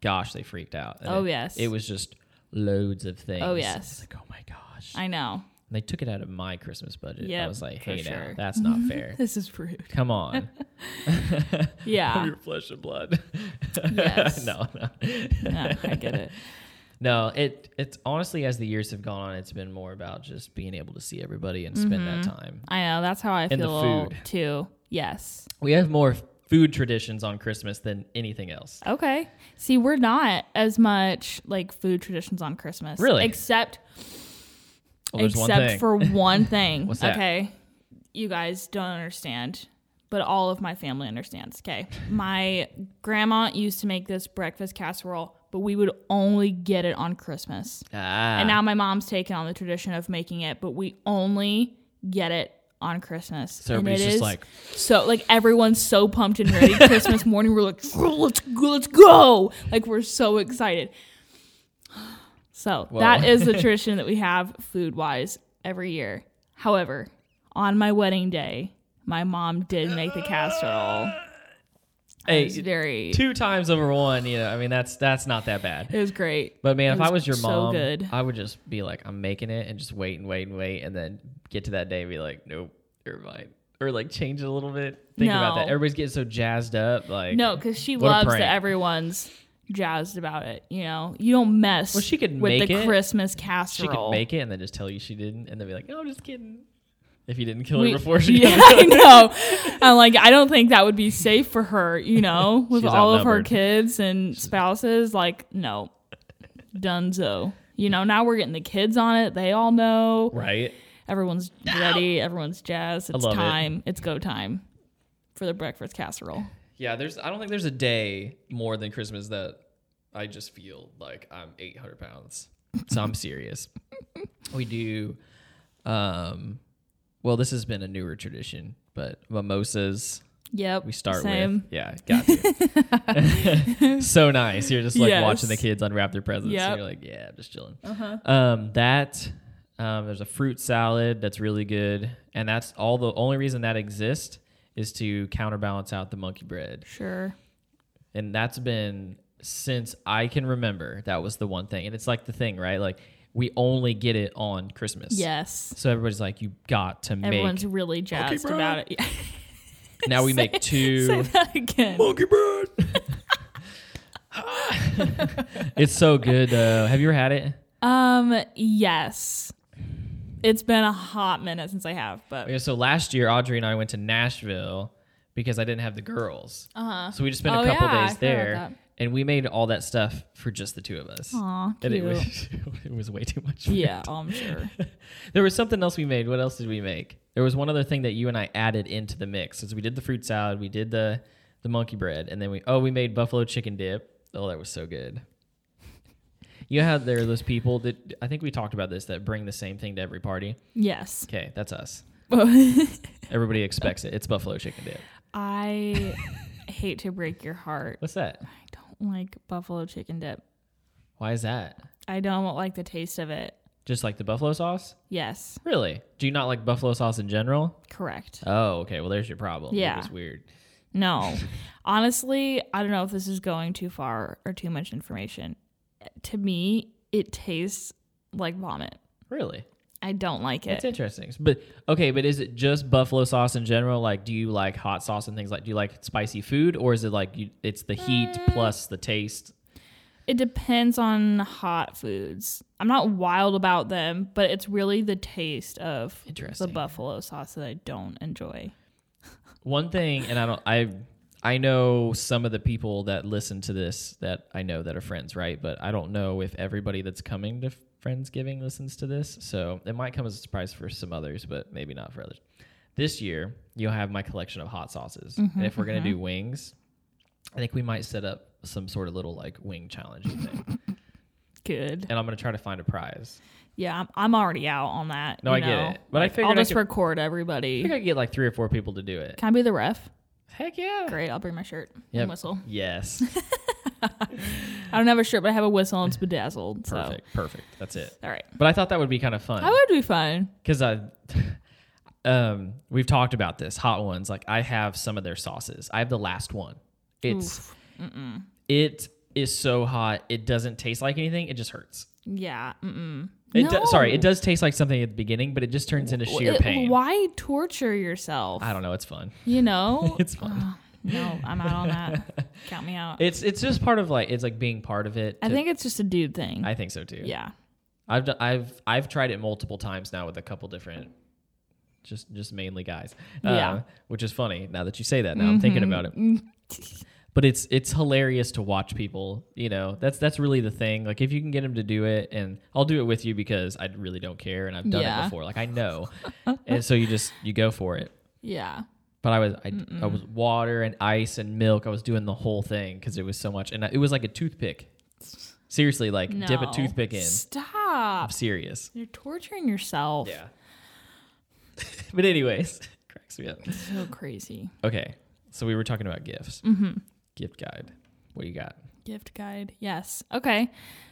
S3: gosh they freaked out And
S2: Oh,
S3: it-
S2: yes.
S3: it was just loads of things
S2: Oh, yes.
S3: It's like oh my gosh
S2: I
S3: (laughs)
S2: know.
S3: and they took it out of my christmas budget i
S2: Yep,
S3: was like
S2: for
S3: hey now
S2: sure.
S3: that's
S2: (laughs)
S3: not fair
S2: This is rude.
S3: come (laughs) on
S2: (laughs) Yeah.
S3: your flesh and blood (laughs)
S2: Yes.
S3: no no
S2: no, I get it.
S3: no it it's honestly as the years have gone on it's been more about just being able to see everybody and spend
S2: Mm-hmm.
S3: that time
S2: I know. That's how I
S3: the
S2: feel
S3: food.
S2: too. Yes.
S3: we have more food traditions on christmas than anything else
S2: Okay. See, we're not as much like food traditions on Christmas.
S3: Really?
S2: Except
S3: well, there's
S2: except
S3: one thing (laughs)
S2: for one thing.
S3: What's that?
S2: Okay. You guys don't understand, but all of my family understands. Okay. My grandma used to make this breakfast casserole, but we would only get it on Christmas.
S3: ah.
S2: And now my mom's taken on the tradition of making it, but we only get it on Christmas. So
S3: everybody's just like-
S2: so like everyone's so pumped and ready.
S3: (laughs)
S2: Christmas morning, we're like, let's go, let's go. Like we're so excited. (sighs) So that is the
S3: (laughs)
S2: tradition that we have food wise every year. However, on my wedding day, my mom did make the casserole.
S3: Hey,
S2: It was very
S3: two times over one, you know, I mean that's that's not that bad.
S2: it was great.
S3: But man,
S2: It
S3: if I was your
S2: so
S3: mom,
S2: good.
S3: I would just be like, I'm making it and just wait and wait and wait and then get to that day and be like, Nope, never mind. Or like change it a little bit. Think about that.
S2: No.
S3: Everybody's getting so jazzed up, like
S2: No, because she
S3: What a
S2: loves
S3: prank.
S2: that everyone's jazzed about it. You know, you don't mess
S3: Well, she could
S2: with
S3: make
S2: the
S3: it.
S2: Christmas
S3: She
S2: casserole.
S3: could make it and then just tell you she didn't, and then be like, "No, I'm just kidding." If you didn't kill
S2: We-
S3: her before
S2: (laughs)
S3: she
S2: yeah,
S3: got
S2: I know. I'm like, I don't think that would be safe for her, you
S3: (laughs)
S2: know, with
S3: She's
S2: all of her
S3: outnumbered.
S2: kids and spouses. Like, no, Dunzo. You know, now we're getting the kids on it. They all know.
S3: (laughs) right,
S2: Everyone's ready. Everyone's jazzed. It's
S3: love it.
S2: time. It's go time for the breakfast casserole.
S3: yeah. There's, I don't think there's a day more than Christmas that I just feel like I'm 800 pounds. So I'm
S2: (laughs)
S3: serious. we do, um, well, this has been a newer tradition, but mimosas.
S2: Yep.
S3: we start
S2: same.
S3: with. Yeah, got
S2: (laughs)
S3: to. so nice. You're just like
S2: Yes.
S3: watching the kids unwrap their presents.
S2: Yep. Uh-huh.
S3: And you're like, yeah, I'm just chilling. Um, that um, there's a fruit salad that's really good, and that's all the only reason that exists is to counterbalance out the monkey bread,
S2: Sure.
S3: and that's been since I can remember. That was the one thing, and it's like the thing, right? Like we only get it on Christmas.
S2: Yes.
S3: So everybody's like, you got to make.
S2: Everyone's really jazzed
S3: bro.
S2: about it. (laughs) Yeah.
S3: now we make
S2: (laughs)
S3: two.
S2: Say that again. (laughs)
S3: monkey bread. (laughs) it's so good though. Have you ever had it?
S2: Um, yes. It's been a hot minute since I have, but
S3: Okay, so last year Audrey and I went to Nashville because I didn't have the girls. Uh-huh. So we just spent
S2: Oh,
S3: a couple
S2: yeah, I forgot
S3: days
S2: about
S3: there.
S2: that.
S3: And we made all that stuff for just the two of us.
S2: Aw,
S3: And it
S2: cute.
S3: was, it was (laughs) way too much.
S2: (laughs)
S3: food.
S2: yeah, I'm sure.
S3: There was something else we made. What else did we make? There was one other thing that you and I added into the mix. Is we did the fruit salad, we did the the monkey bread, and then we oh we made buffalo chicken dip. Oh, that was so good. (laughs) You know how there are those people that I think we talked about this that bring the same thing to every party.
S2: Yes.
S3: Okay, that's us.
S2: I
S3: Everybody expects it. It's buffalo chicken dip.
S2: hate to break your heart.
S3: What's that?
S2: I don't like buffalo chicken dip.
S3: Why is that?
S2: I don't like the taste of it.
S3: Just like the buffalo sauce?
S2: Yes,
S3: Really? Do you not like buffalo sauce in general?
S2: correct.
S3: Oh, okay. Well, there's your problem.
S2: Yeah.
S3: It's weird.
S2: No. Honestly, I don't know if this is going too far or too much information. To me, it tastes like vomit.
S3: Really?
S2: I don't like
S3: It's
S2: it.
S3: interesting. But okay, but is it just buffalo sauce in general? Like, do you like hot sauce and things like? Do you like spicy food, or is it like you, it's the heat plus the taste?
S2: It depends on hot foods. I'm not wild about them, but it's really the taste of the
S3: Interesting.
S2: buffalo sauce that I don't enjoy.
S3: One thing, and I don't, I, I know some of the people that listen to this that I know that are friends, right? But I don't know if everybody that's coming to Friendsgiving listens to this, so it might come as a surprise for some others, but maybe not for others. This year, you'll have my collection of hot sauces, and if we're gonna do wings, I think we might set up some sort of little like wing challenge thing. (laughs)
S2: Good.
S3: and I'm gonna try to find a prize.
S2: Yeah, I'm, I'm already out on that.
S3: No,
S2: you
S3: I get
S2: know.
S3: it. But I
S2: Like,
S3: figured
S2: I'll
S3: I
S2: just
S3: could-
S2: record
S3: I think
S2: everybody.
S3: I could get like three or four people to do it.
S2: Can I be the ref?
S3: Heck yeah!
S2: Great. I'll bring my shirt
S3: Yep.
S2: and whistle.
S3: (laughs) Yes.
S2: I don't have a shirt, but I have a whistle and it's bedazzled. So.
S3: perfect. Perfect. That's it.
S2: All right.
S3: But I thought that would be kind of fun
S2: That would be fun.
S3: because I, (laughs) um, we've talked about this hot ones. Like I have some of their sauces. I have the last one. It's it is so hot. It doesn't taste like anything. It just hurts.
S2: Yeah. Mm-mm.
S3: It do- sorry,
S2: No.
S3: it does taste like something at the beginning, but it just turns into sheer
S2: It-
S3: pain.
S2: Why torture yourself?
S3: I don't know.
S2: (sighs)
S3: It's fun.
S2: You know?
S3: (laughs) It's fun.
S2: no, I'm out on
S3: (laughs)
S2: that. Count me out.
S3: It's it's just part of like it's like being part of it.
S2: I
S3: to-
S2: think it's just a dude thing.
S3: I think so too.
S2: yeah.
S3: I've done, I've I've tried it multiple times now with a couple different, just just mainly guys. Uh,
S2: Yeah. Mm-hmm.
S3: which is funny now that you say that. Now I'm thinking about it. But it's it's hilarious to watch people. You know that's that's really the thing. Like if you can get them to do it, and I'll do it with you because I really don't care, and I've done
S2: Yeah.
S3: it before. Like
S2: (laughs)
S3: I know, and so you just you go for it.
S2: Yeah.
S3: But I was I, I was water and ice and milk. I was doing the whole thing because it was so much, and I, it was like a toothpick. Seriously, like dip a
S2: No.
S3: toothpick in. I'm
S2: Stop.
S3: serious.
S2: You're torturing yourself.
S3: Yeah. (laughs) but anyways, (laughs) cracks me up.
S2: So crazy.
S3: Okay, so we were talking about gifts. Mm-hmm. Gift guide. What you got?
S2: Gift guide. Yes. Okay.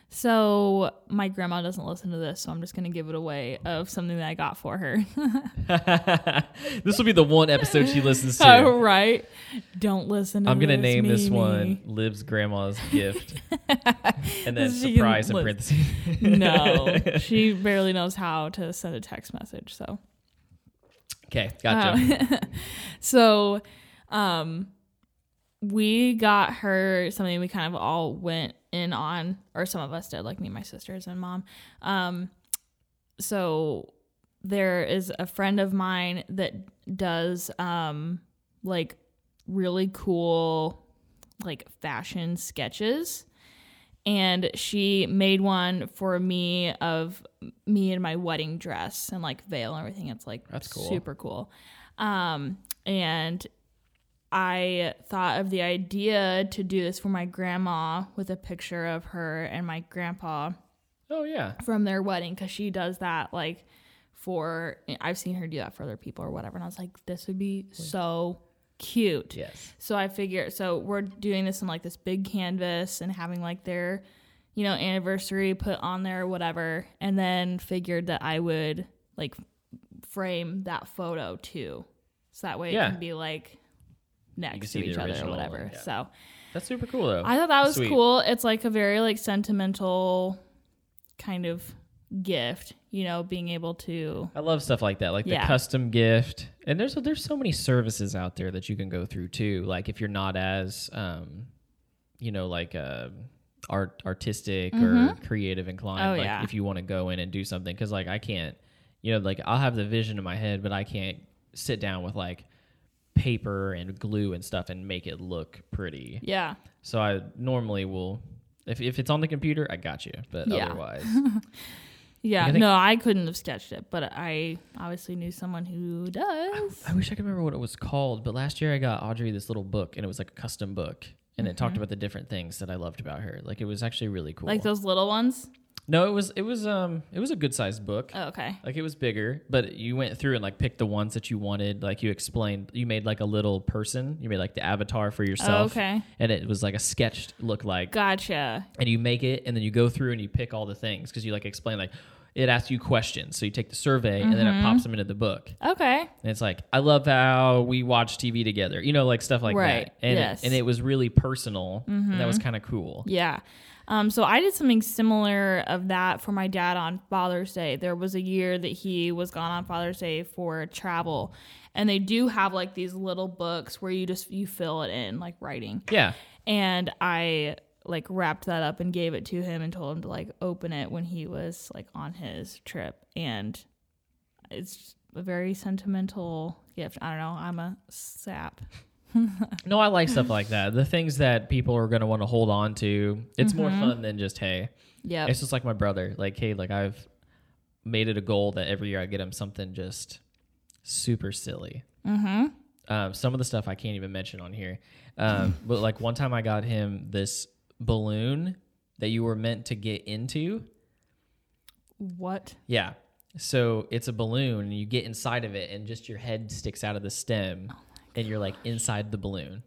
S2: So my grandma doesn't listen to this, so I'm just gonna give it away of something that I got for her.
S3: (laughs) this will be the one episode
S2: (laughs)
S3: she listens to.
S2: All right. Don't listen. To
S3: I'm gonna
S2: this,
S3: name this
S2: Mimi.
S3: one
S2: (laughs)
S3: "Liv's Grandma's Gift," and then
S2: She can
S3: surprise in
S2: list-
S3: parentheses. (laughs)
S2: no, she barely knows how to send a text message. So (laughs)
S3: Okay, gotcha.
S2: So, um, we got her something we kind of all went in on, or some of us did, like me, my sisters, and mom. Um, so there is a friend of mine that does um, like really cool like fashion sketches and she made one for me of me in my wedding dress and like veil and everything it's like
S3: That's cool.
S2: super cool um and i thought of the idea to do this for my grandma with a picture of her and my grandpa
S3: Oh yeah.
S2: from their wedding because she does that like for I've seen her do that for other people or whatever. And I was like, this would be so cute.
S3: Yes.
S2: So I figure so we're doing this in like this big canvas and having like their, you know, anniversary put on there or whatever. And then figured that I would like frame that photo too. So that way
S3: Yeah.
S2: it can be like next
S3: see
S2: to
S3: the
S2: each other or
S3: original,
S2: whatever.
S3: yeah.
S2: So
S3: That's super cool though.
S2: I thought that was
S3: Sweet.
S2: cool. It's like a very like sentimental kind of gift, you know, being able to
S3: I love stuff like that, like the
S2: Yeah.
S3: custom gift. And there's there's so many services out there that you can go through too. Like if you're not as, um, you know, like uh, art artistic or creative inclined,
S2: Oh,
S3: like
S2: yeah.
S3: if you want to go in and do something, because like I can't, you know, like I'll have the vision in my head, but I can't sit down with like paper and glue and stuff and make it look pretty.
S2: yeah.
S3: So I normally will. If, if it's on the computer, I got you. But
S2: Yeah.
S3: otherwise,
S2: Yeah.
S3: I think-
S2: no, I couldn't have sketched it, but I obviously knew someone who does.
S3: I wish I could remember what it was called, but last year I got Audrey this little book, and it was like a custom book, and it talked about the different things that I loved about her. Like it was actually really cool.
S2: Mm-hmm. Like those little ones.
S3: no, it was it was um it was a good sized book.
S2: Oh, okay.
S3: Like it was bigger, but you went through and like picked the ones that you wanted. Like you explained, you made like a little person. You made like the avatar for yourself.
S2: okay.
S3: And it was like a sketched look like,
S2: Gotcha.
S3: and you make it, and then you go through and you pick all the things because you like explain like. It asks you questions, so you take the survey, and then
S2: Mm-hmm.
S3: it pops them into the book.
S2: Okay.
S3: And it's like, I love how we watch TV together, you know, like stuff like
S2: Right,
S3: that. And,
S2: yes. Mm-hmm.
S3: it, and it was really personal. And that was kind of cool.
S2: Yeah. Um, so I did something similar of that for my dad on Father's Day. There was a year that he was gone on Father's Day for travel, and they do have like these little books where you just you fill it in like writing.
S3: Yeah.
S2: And I like wrapped that up and gave it to him and told him to like open it when he was like on his trip. And it's a very sentimental gift. I don't know. I'm a sap.
S3: No, I like stuff like that. The things that people are going to want to hold on to. It's more fun than just, hey.
S2: Mm-hmm. Yep.
S3: It's just like my brother. Like, hey, like I've made it a goal that every year I get him something just super silly. Mm-hmm. Um, some of the stuff I can't even mention on here. Um, but like one time I got him this balloon that you were meant to get into.
S2: what? (laughs)
S3: Yeah. So it's a balloon, and you get inside of it, and just your head sticks out of the stem,
S2: Oh
S3: and you're like inside the
S2: (gasps)
S3: balloon.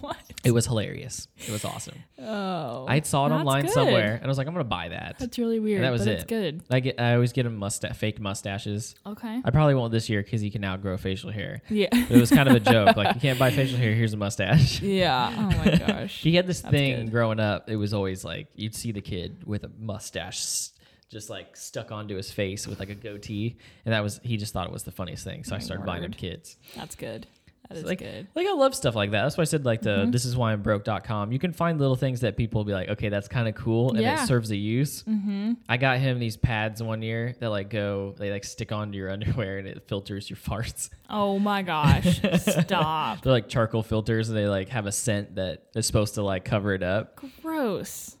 S2: What?
S3: It was hilarious. It was awesome.
S2: Oh.
S3: I saw it
S2: that's
S3: online
S2: good.
S3: somewhere, and I was like, I'm gonna buy that.
S2: That's really weird.
S3: And that was
S2: but
S3: it.
S2: It's good.
S3: I get. I always get him musta- fake mustaches.
S2: Okay.
S3: I probably won't this year because he can now grow facial hair.
S2: (laughs) Yeah.
S3: But it was kind of a joke. Like you can't buy facial hair. Here's a mustache.
S2: yeah. Oh
S3: (laughs)
S2: my gosh.
S3: He had this thing
S2: good.
S3: growing up. It was always like you'd see the kid with a mustache s- just like stuck onto his face with like a goatee, and that was he just thought it was the funniest thing. So I started buying him
S2: Word.
S3: kids.
S2: That's good. That
S3: It's
S2: is
S3: like,
S2: good. Mm-hmm.
S3: like I love stuff like that. That's why I said like the this is why I'm broke.com. You can find little things that people will be like, okay, that's kind of cool, and
S2: Yeah.
S3: it serves a use. Mm-hmm. I got him these pads one year that like go, they like stick onto your (laughs) underwear and it filters your farts.
S2: Oh my gosh.
S3: (laughs)
S2: Stop.
S3: They're like charcoal filters, and they like have a scent that is supposed to like cover it up.
S2: Gross.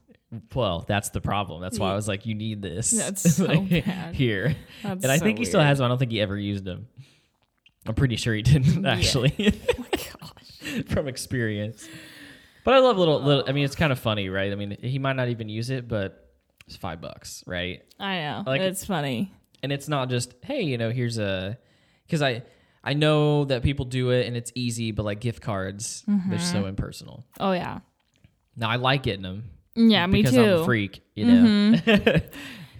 S3: Well, that's the problem. That's why I was like, you need this.
S2: That's
S3: (laughs)
S2: so bad.
S3: Here.
S2: That's
S3: and I
S2: so
S3: think he still
S2: weird.
S3: has them. I don't think he ever used them. I'm pretty sure
S2: (laughs)
S3: he didn't, actually,
S2: Oh
S3: (laughs) from experience. But I love little, little, I mean, it's kind of funny, right? I mean, he might not even use it, but it's five bucks, right?
S2: I know.
S3: like it.
S2: it's funny.
S3: and it's not just hey you know here's a because i i know that people do it and it's easy but like gift cards they're so impersonal
S2: Oh yeah.
S3: now i like getting them
S2: Yeah, me
S3: because
S2: too. Mm-hmm.
S3: i'm a freak you know (laughs)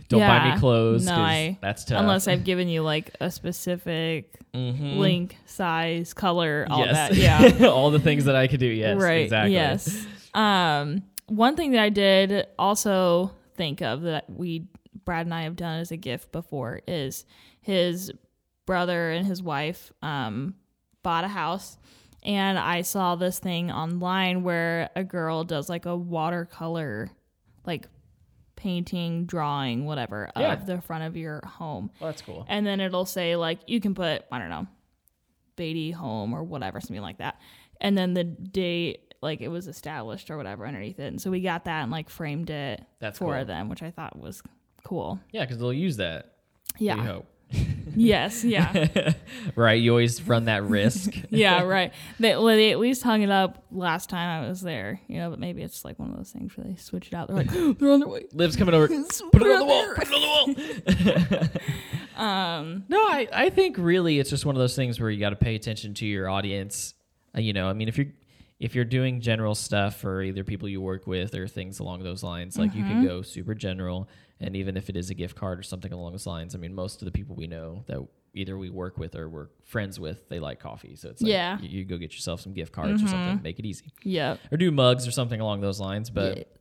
S3: don't buy
S2: Yeah.
S3: me clothes
S2: No,
S3: 'cause
S2: I-
S3: that's
S2: (laughs)
S3: tough
S2: Unless I've given you like a specific
S3: Mhm.
S2: link, size, color, all
S3: yes (laughs)
S2: that. Yeah.
S3: all the things that i could do yes
S2: right.
S3: exactly
S2: Yes. Um, one thing that I did also think of that we Brad and I have done as a gift before is his brother and his wife um, bought a house and I saw this thing online where a girl does like a watercolor, like painting, drawing, whatever,
S3: Yeah.
S2: of the front of your home.
S3: Well, that's cool.
S2: And then it'll say like you can put I don't know, Beatty home or whatever, something like that. And then the date like it was established or whatever underneath it. And so we got that and like framed it
S3: That's
S2: for
S3: cool.
S2: them, which I thought was cool.
S3: Yeah, because they'll use that.
S2: Yeah.
S3: We hope.
S2: (laughs) Yes. Yeah.
S3: (laughs) Right. You always run
S2: (laughs)
S3: that risk.
S2: yeah. Right. They, well, they at least hung it up last time I was there, you know. But maybe it's like one of those things where they switch it out. They're like, (gasps) they're on their way.
S3: Liv's
S2: (laughs)
S3: coming over. (laughs) Put it on the wall. Put it on the wall.
S2: Um,
S3: no, I, I think really it's just one of those things where you got to pay attention to your audience. Uh, you know, I mean, if you're if you're doing general stuff for either people you work with or things along those lines, like you
S2: Mm-hmm.
S3: can go super general, and even if it is a gift card or something along those lines, I mean, most of the people we know that either we work with or we're friends with, they like coffee, so it's like
S2: Yeah. Mm-hmm.
S3: you, you go get yourself some gift cards or something, make it easy,
S2: Yep.
S3: or do mugs or something along those lines, but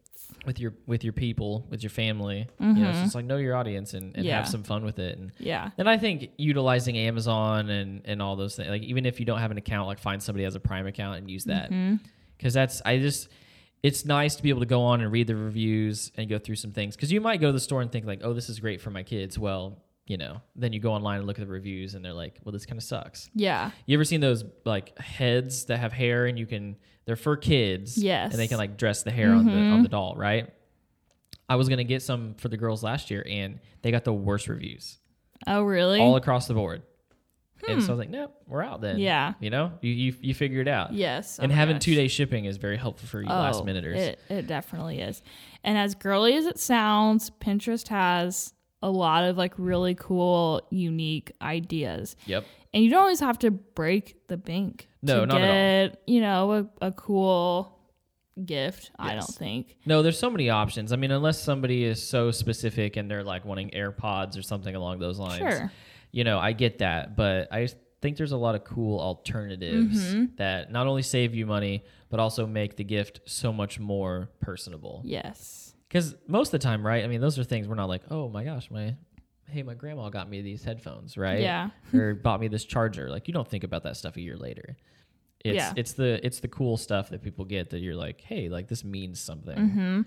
S3: with your with your people, with your family. You know, it's just like know your audience and, and
S2: Mm-hmm. Yeah.
S3: have some fun with it. And
S2: Yeah.
S3: and I think utilizing Amazon and and all those things, like even if you don't have an account, like find somebody who has a Prime account and use that because that's I just. It's nice to be able to go on and read the reviews and go through some things because you might go to the store and think like, "Oh, this is great for my kids." Well, you know, then you go online and look at the reviews and they're like, "Well, this kind of sucks."
S2: Yeah.
S3: You ever seen those like heads that have hair and you can they're for kids.
S2: Yes.
S3: And they can like dress the hair on the on the doll, right? I was gonna get some for the girls last year and they got the worst reviews.
S2: Oh, really? Hmm.
S3: All across the board. And so I was like, nope, we're out then.
S2: Yeah.
S3: You know? You you, you figure it out.
S2: yes. Oh
S3: and
S2: my
S3: having
S2: gosh.
S3: two day shipping is very helpful for you last
S2: Oh,
S3: minuters.
S2: It, it definitely is. And as girly as it sounds, Pinterest has a lot of like really cool, unique ideas.
S3: Yep.
S2: And you don't always have to break the bank.
S3: No,
S2: to
S3: not
S2: get,
S3: at
S2: You know, a, a cool gift. I
S3: Yes.
S2: don't think.
S3: No, there's so many options. I mean, unless somebody is so specific and they're like wanting AirPods or something along those lines.
S2: Sure.
S3: You know, I get that, but I think there's a lot of cool alternatives
S2: Mm-hmm.
S3: that not only save you money, but also make the gift so much more personable.
S2: Yes.
S3: Because most of the time, right? I mean, those are things we're not like, oh my gosh, my hey, my grandma got me these headphones, right?
S2: Yeah.
S3: or bought me this charger. Like you don't think about that stuff a year later. It's
S2: Yeah.
S3: it's the it's the cool stuff that people get that you're like, hey, like this means something.
S2: Mm-hmm.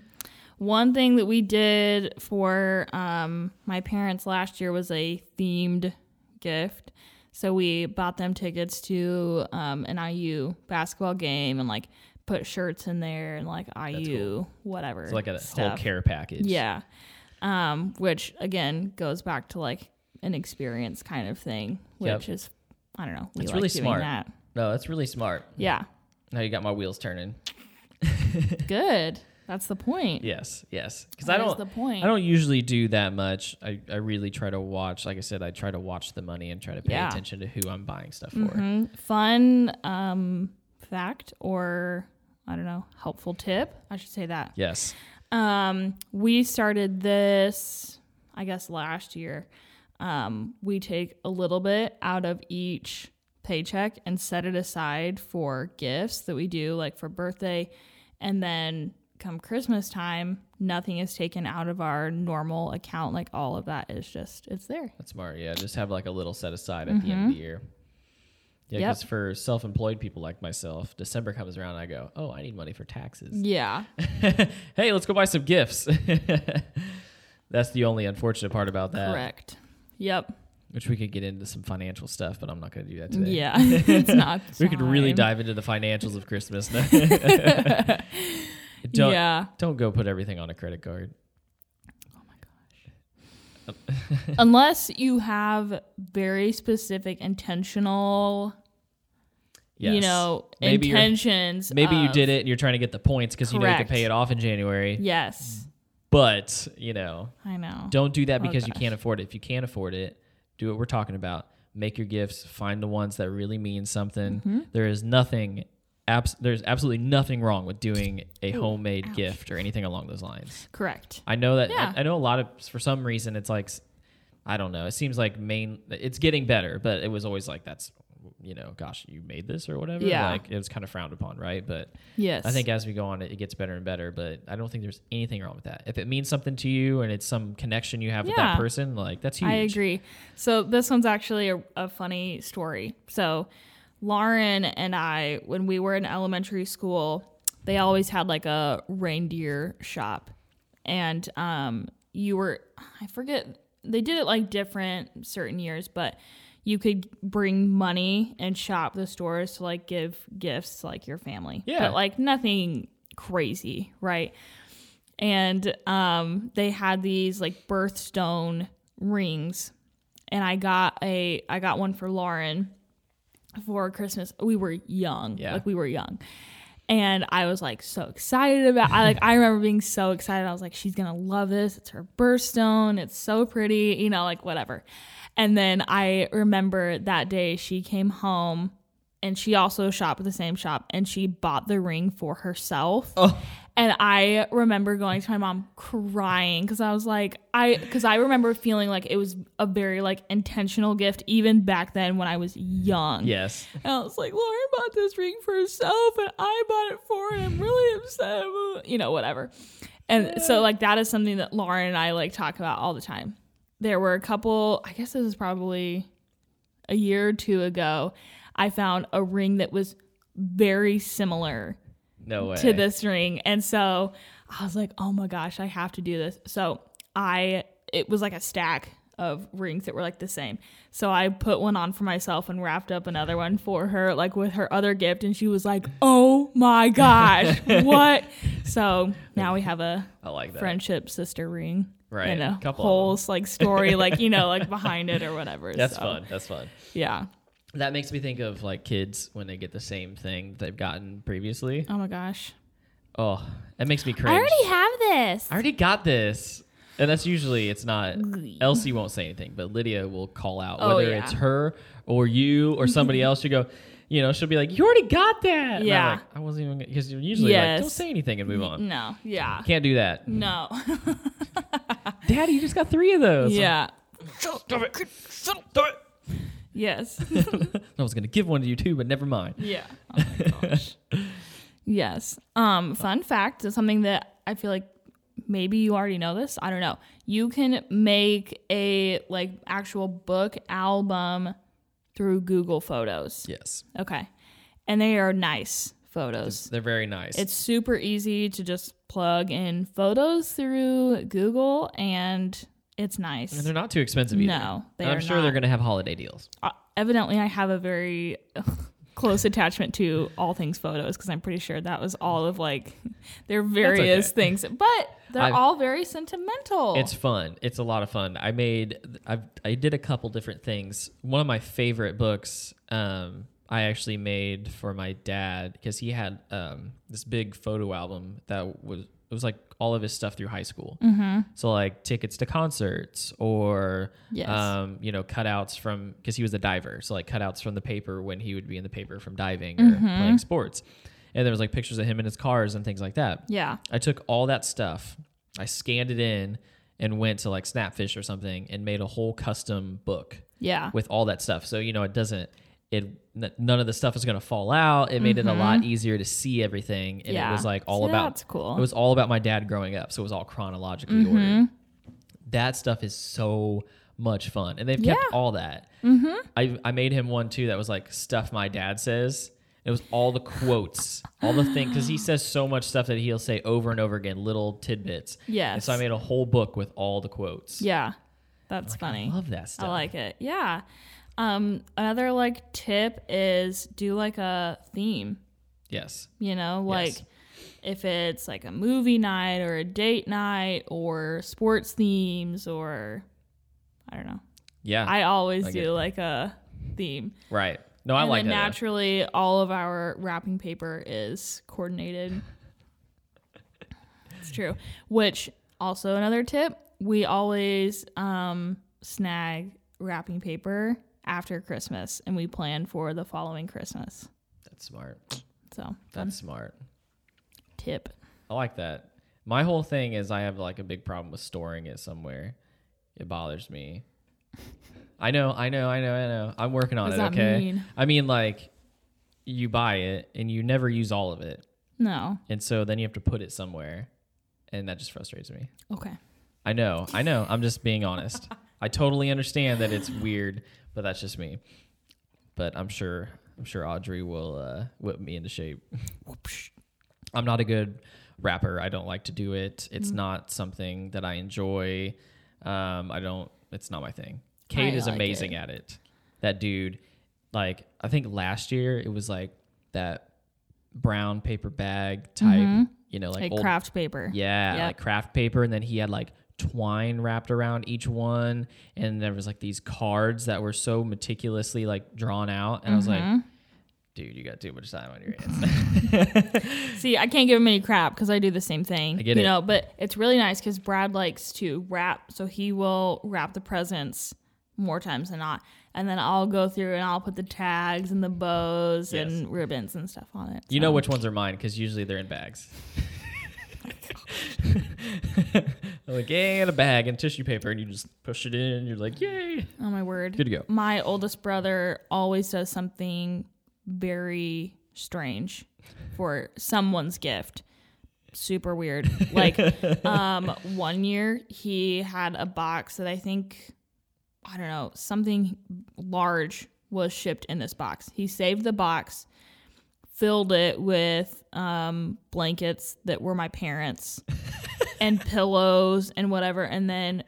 S2: One thing that we did for um, my parents last year was a themed gift. So we bought them tickets to um, an IU basketball game and like put shirts in there and like IU whatever.
S3: It's like a whole
S2: stuff.
S3: care package.
S2: Yeah. Um, which again goes back to like an experience kind of thing,
S3: Yep.
S2: which is I don't know. We
S3: That's
S2: like
S3: really
S2: doing
S3: smart.
S2: That.
S3: No, that's really smart.
S2: Yeah.
S3: Now you got my wheels turning.
S2: Good. That's the point.
S3: Yes, yes. Because
S2: That
S3: I
S2: is
S3: don't.
S2: the point.
S3: I don't usually do that much. I, I really try to watch. Like I said, I try to watch the money and try to pay
S2: Yeah.
S3: attention to who I'm buying stuff for.
S2: Mhm. Fun um, fact or I don't know, helpful tip. I should say that.
S3: Yes.
S2: Um, we started this, I guess, last year. Um, we take a little bit out of each paycheck and set it aside for gifts that we do, like for birthday. And then come Christmas time, nothing is taken out of our normal account. Like all of that is just, it's there.
S3: That's smart. Yeah, just have like a little set aside at the end of the year. Yeah,
S2: Mm-hmm. Yep.
S3: because for self-employed people like myself, December comes around, I go, "Oh, I need money for taxes."
S2: Yeah.
S3: (laughs) hey, let's go buy some gifts. (laughs) That's the only unfortunate part about that,
S2: Correct. Yep.
S3: which we could get into some financial stuff, but I'm not going to do that today.
S2: Yeah, (laughs) it's not.
S3: (laughs) We could really
S2: time.
S3: dive into the financials
S2: (laughs)
S3: of Christmas. (laughs) don't
S2: Yeah,
S3: don't go put everything on a credit card.
S2: unless you have very specific, intentional,
S3: Yes.
S2: you know,
S3: maybe you're-
S2: intentions.
S3: maybe you
S2: of-
S3: did it and you're trying to get the points because you know you can
S2: Correct.
S3: pay it off in January.
S2: Yes,
S3: But you know,
S2: I know.
S3: don't do that because
S2: Oh,
S3: you
S2: gosh.
S3: can't afford it. If you can't afford it, do what we're talking about. Make your gifts. Find the ones that really mean something.
S2: Mm-hmm.
S3: There is nothing. Abs- there's absolutely nothing wrong with doing a homemade gift or anything along those lines.
S2: Correct.
S3: I know that I-
S2: Yeah.
S3: I, know a lot of for some reason it's like s- I don't know. It seems like main it's getting better, but it was always like that's you know, gosh, you made this or whatever.
S2: Yeah.
S3: Like it was kind of frowned upon, right? But
S2: Yes,
S3: I think as we go on, it it gets better and better. But I don't think there's anything wrong with that. If it means something to you and it's some connection you have with
S2: Yeah.
S3: that person, like that's huge.
S2: I agree. So this one's actually a, a funny story. So Lauren and I, when we were in elementary school, they always had like a reindeer shop. And um, you were, I forget, they did it like different certain years, but you could bring money and shop the stores to like give gifts to, like your family.
S3: Yeah.
S2: But like nothing crazy, right? And um, they had these like birthstone rings. And I got a I got one for Lauren for Christmas. We were young.
S3: Yeah.
S2: Like we were young. And I was like so excited about I like I remember being so excited. I was like, she's gonna love this. It's her birthstone, it's so pretty, you know, like whatever. And then I remember that day she came home and she also shopped at the same shop and she bought the ring for herself. And I remember going to my mom crying because I was like, I because I remember feeling like it was a very like intentional gift even back then when I was young.
S3: Yes.
S2: And I was like, Lauren bought this ring for herself and I bought it for her and I'm really upset. about-" You know, whatever. And so like that is something that Lauren and I like talk about all the time. There were a couple, I guess this is probably a year or two ago, I found a ring that was very similar
S3: No way.
S2: to this ring. And so I was like, oh my gosh, I have to do this. So I, it was like a stack of rings that were like the same. So I put one on for myself and wrapped up another one for her, like with her other gift. And she was like, oh my
S3: (laughs)
S2: gosh, what? So now we have a
S3: I like that.
S2: friendship sister ring.
S3: Right.
S2: And a
S3: Couple of
S2: whole like
S3: (laughs)
S2: story, like, you know, like behind it or whatever.
S3: That's
S2: So,
S3: fun. That's fun.
S2: Yeah.
S3: That makes me think of like kids when they get the same thing they've gotten previously.
S2: Oh my gosh.
S3: Oh, that makes me cringe.
S2: I already have this.
S3: I already got this. And that's usually it's not Elsie won't say anything, but Lydia will call out
S2: Oh,
S3: whether
S2: yeah.
S3: it's her or you
S2: (laughs)
S3: or somebody else. She go, you know, she'll be like, "You already got that." And I'm
S2: Yeah.
S3: like, I wasn't even because usually like don't
S2: Yes.
S3: say anything and move on.
S2: No. Yeah.
S3: Can't
S2: (laughs)
S3: do that.
S2: No.
S3: Daddy, you just got three of those.
S2: yeah.
S3: Stop it. Stop it. (laughs)
S2: Yes.
S3: I was gonna give one to you too, but never mind.
S2: yeah. Oh my gosh. yes. Um, fun fact is something that I feel like maybe you already know this. I don't know. You can make a like actual book album through Google Photos.
S3: Yes,
S2: Okay. And they are nice photos.
S3: they're very nice.
S2: It's super easy to just plug in photos through Google and it's nice.
S3: and they're not too expensive either.
S2: No, they
S3: I'm
S2: are
S3: sure they're
S2: not.
S3: gonna have holiday deals.
S2: uh, evidently I have a very (laughs) close attachment to all things photos because I'm pretty sure that was all of like their various things, but they're
S3: I've-
S2: all very sentimental.
S3: It's fun. It's a lot of fun. I made I've I did a couple different things. One of my favorite books um I actually made for my dad because he had um this big photo album that was it was like all of his stuff through high school. Mm-hmm. So like tickets to concerts or
S2: Yes.
S3: um you know cutouts from because he was a diver. So like cutouts from the paper when he would be in the paper from diving or playing sports. And there was like pictures of him in his cars and things like that.
S2: yeah,
S3: I took all that stuff, I scanned it in, and went to like Snapfish or something and made a whole custom book
S2: yeah,
S3: with all that stuff. So you know it doesn't it n- none of the stuff is going to fall out. It made it a lot easier to see everything, and
S2: Mm-hmm. yeah.
S3: it was like all
S2: So
S3: about
S2: that's cool.
S3: it was all about my dad growing up, so it was all chronologically
S2: Mm-hmm.
S3: ordered. That stuff is so much fun, and they've kept
S2: Yeah. Mm-hmm.
S3: all that. I I made him one too that was like stuff my dad says. It was all the quotes, all the
S2: (gasps)
S3: things, because he says so much stuff that he'll say over and over again, little tidbits. And
S2: Yes.
S3: so I made a whole book with all the quotes.
S2: yeah, that's funny.
S3: I love that stuff.
S2: I like it. Yeah. Um, another like tip is do like a theme.
S3: Yes.
S2: You know, like
S3: Yes.
S2: if it's like a movie night or a date night or sports themes or I don't know.
S3: Yeah.
S2: I always
S3: I get
S2: do
S3: it.
S2: like a theme.
S3: right. No, I
S2: and
S3: like
S2: then
S3: that. though.
S2: naturally all of our wrapping paper is coordinated. it's true. Which also another tip, we always um snag wrapping paper after Christmas and we plan for the following Christmas.
S3: That's smart.
S2: So
S3: That's smart.
S2: tip.
S3: I like that. My whole thing is I have like a big problem with storing it somewhere. It bothers me. I know, I know, I know, I know. I'm working on
S2: What
S3: it,
S2: does that
S3: okay?
S2: mean?
S3: I mean like you buy it and you never use all of it.
S2: No.
S3: And so then you have to put it somewhere. And that just frustrates me.
S2: Okay.
S3: I know, I know. I'm just being honest. I totally understand that it's weird, but that's just me. But I'm sure I'm sure Audrey will uh, whip me into shape. Whoopsh. I'm not a good rapper. I don't like to do it. It's
S4: Mm.
S3: not something that I enjoy. Um, I don't. It's not my thing. Kate
S4: I
S3: is
S4: like
S3: amazing
S4: it.
S3: at it. That dude, like I think last year it was like that brown paper bag type.
S4: Mm-hmm.
S3: You know, like,
S2: like
S3: old
S2: craft paper.
S3: yeah,
S4: Yep.
S3: like craft paper, and then he had like twine wrapped around each one, and there was like these cards that were so meticulously like drawn out, and I was like, "Dude, you got too much time on your hands."
S2: See, I can't give him any crap because I do the same thing.
S3: I get
S2: you
S3: it.
S2: know, but it's really nice because Brad likes to wrap, so he will wrap the presents more times than not. And then I'll go through and I'll put the tags and the bows
S3: Yes.
S2: and ribbons and stuff on it.
S3: you know which ones are mine because usually they're in bags. (laughs) I'm like, "Yay!" in a bag and tissue paper, and you just push it in. You're like, "Yay!"
S2: Oh my word.
S3: Good to go.
S2: My oldest brother always does something very strange for someone's gift. Super weird.
S3: (laughs)
S2: Like um one year he had a box that I think I don't know, something large was shipped in this box. He saved the box, filled it with um blankets that were my
S3: (laughs)
S2: parents and pillows and whatever and then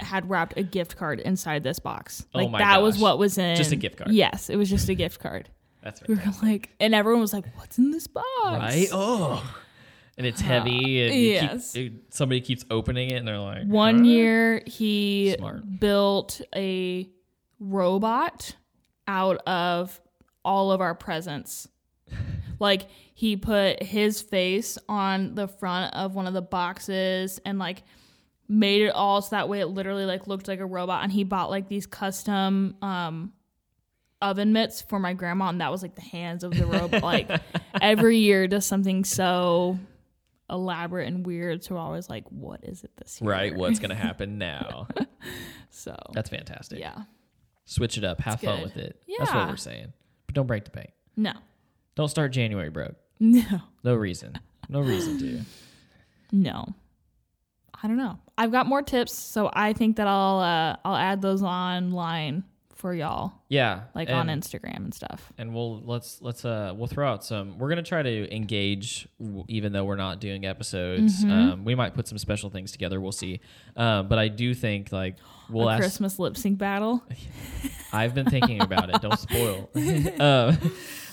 S2: had wrapped a gift card inside this box.
S3: Oh
S2: Like
S3: my
S2: that was
S3: gosh.
S2: what was in
S3: Just a gift card.
S2: Yes, it was just a gift card. (laughs)
S3: That's
S2: We
S3: right.
S2: were like and everyone was like, What's in this box?
S3: Right? Oh. And it's heavy, and you keep-
S2: Yes.
S3: it- somebody keeps opening it, and they're like,
S2: One
S3: "Huh?"
S2: year he
S3: Smart.
S2: built a robot out of all of our
S3: (laughs)
S2: presents. like he put his face on the front of one of the boxes and like made it all so that way it literally like looked like a robot and he bought like these custom um oven mitts for my grandma and that was like the hands of the robot
S3: (laughs)
S2: like every year does something so elaborate and weird so we're always like what is it this year
S3: Right, what's gonna happen now?
S2: so
S3: That's fantastic.
S2: yeah
S3: Switch it up. Have fun
S2: good.
S3: with it. That's what
S2: Yeah.
S3: we're saying. But don't break the bank.
S2: no
S3: Don't start January broke.
S2: no
S3: No reason.
S2: (laughs)
S3: No reason to.
S2: No. I don't know. I've got more tips, so I think that I'll uh, I'll add those online for y'all,
S3: Yeah.
S2: like
S3: and,
S2: on Instagram and stuff.
S3: And we'll let's let's uh we'll throw out some. We're gonna try to engage, w- even though we're not doing episodes.
S2: Mm-hmm.
S3: Um, we might put some special things together. We'll see. Um, but I do think like we'll
S2: a
S3: ask.
S2: Christmas lip sync battle.
S3: I've been thinking about it. Don't spoil. (laughs) uh,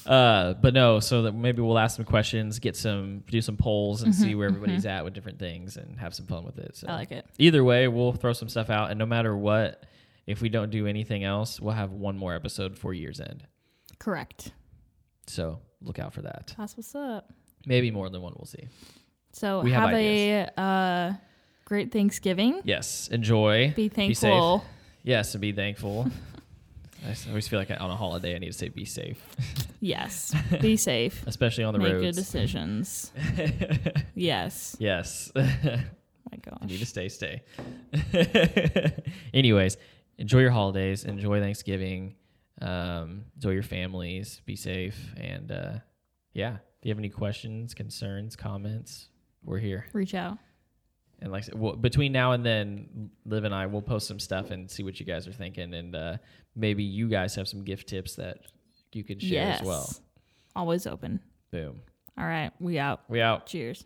S3: uh, but no, so that maybe we'll ask some questions, get some, do some polls, and see where everybody's at with different things, and have some fun with it. So
S2: Mm-hmm, I like it.
S3: Either way, we'll throw some stuff out, and no matter what, if we don't do anything else, we'll have one more episode before year's end.
S2: Correct.
S3: So look out for that.
S2: That's what's up.
S3: Maybe more than one. We'll see.
S2: So
S3: We have
S2: have, a uh, great Thanksgiving.
S3: Yes, enjoy.
S2: Be
S3: safe.
S2: thankful.
S3: (laughs) Yes, and
S2: (laughs)
S3: be thankful. I s- always feel like I- on a holiday I need to say be safe,
S2: Yes. Be safe.
S3: especially on the
S2: Make good
S3: roads.
S2: decisions. yes.
S3: (laughs) Yes. (laughs)
S2: My
S3: You need to
S2: gosh.
S3: stay, stay. (laughs) Anyways, enjoy your holidays. Enjoy Thanksgiving. Um, enjoy your families. Be safe. And uh, yeah, if you have any questions, concerns, comments, we're here.
S2: Reach out.
S3: And like I said, well, between now and then, Liv and I will post some stuff and see what you guys are thinking. And uh, maybe you guys have some gift tips that you could share
S2: yes.
S3: as well.
S2: Always open.
S3: Boom.
S2: All right. We out.
S3: We out.
S2: Cheers.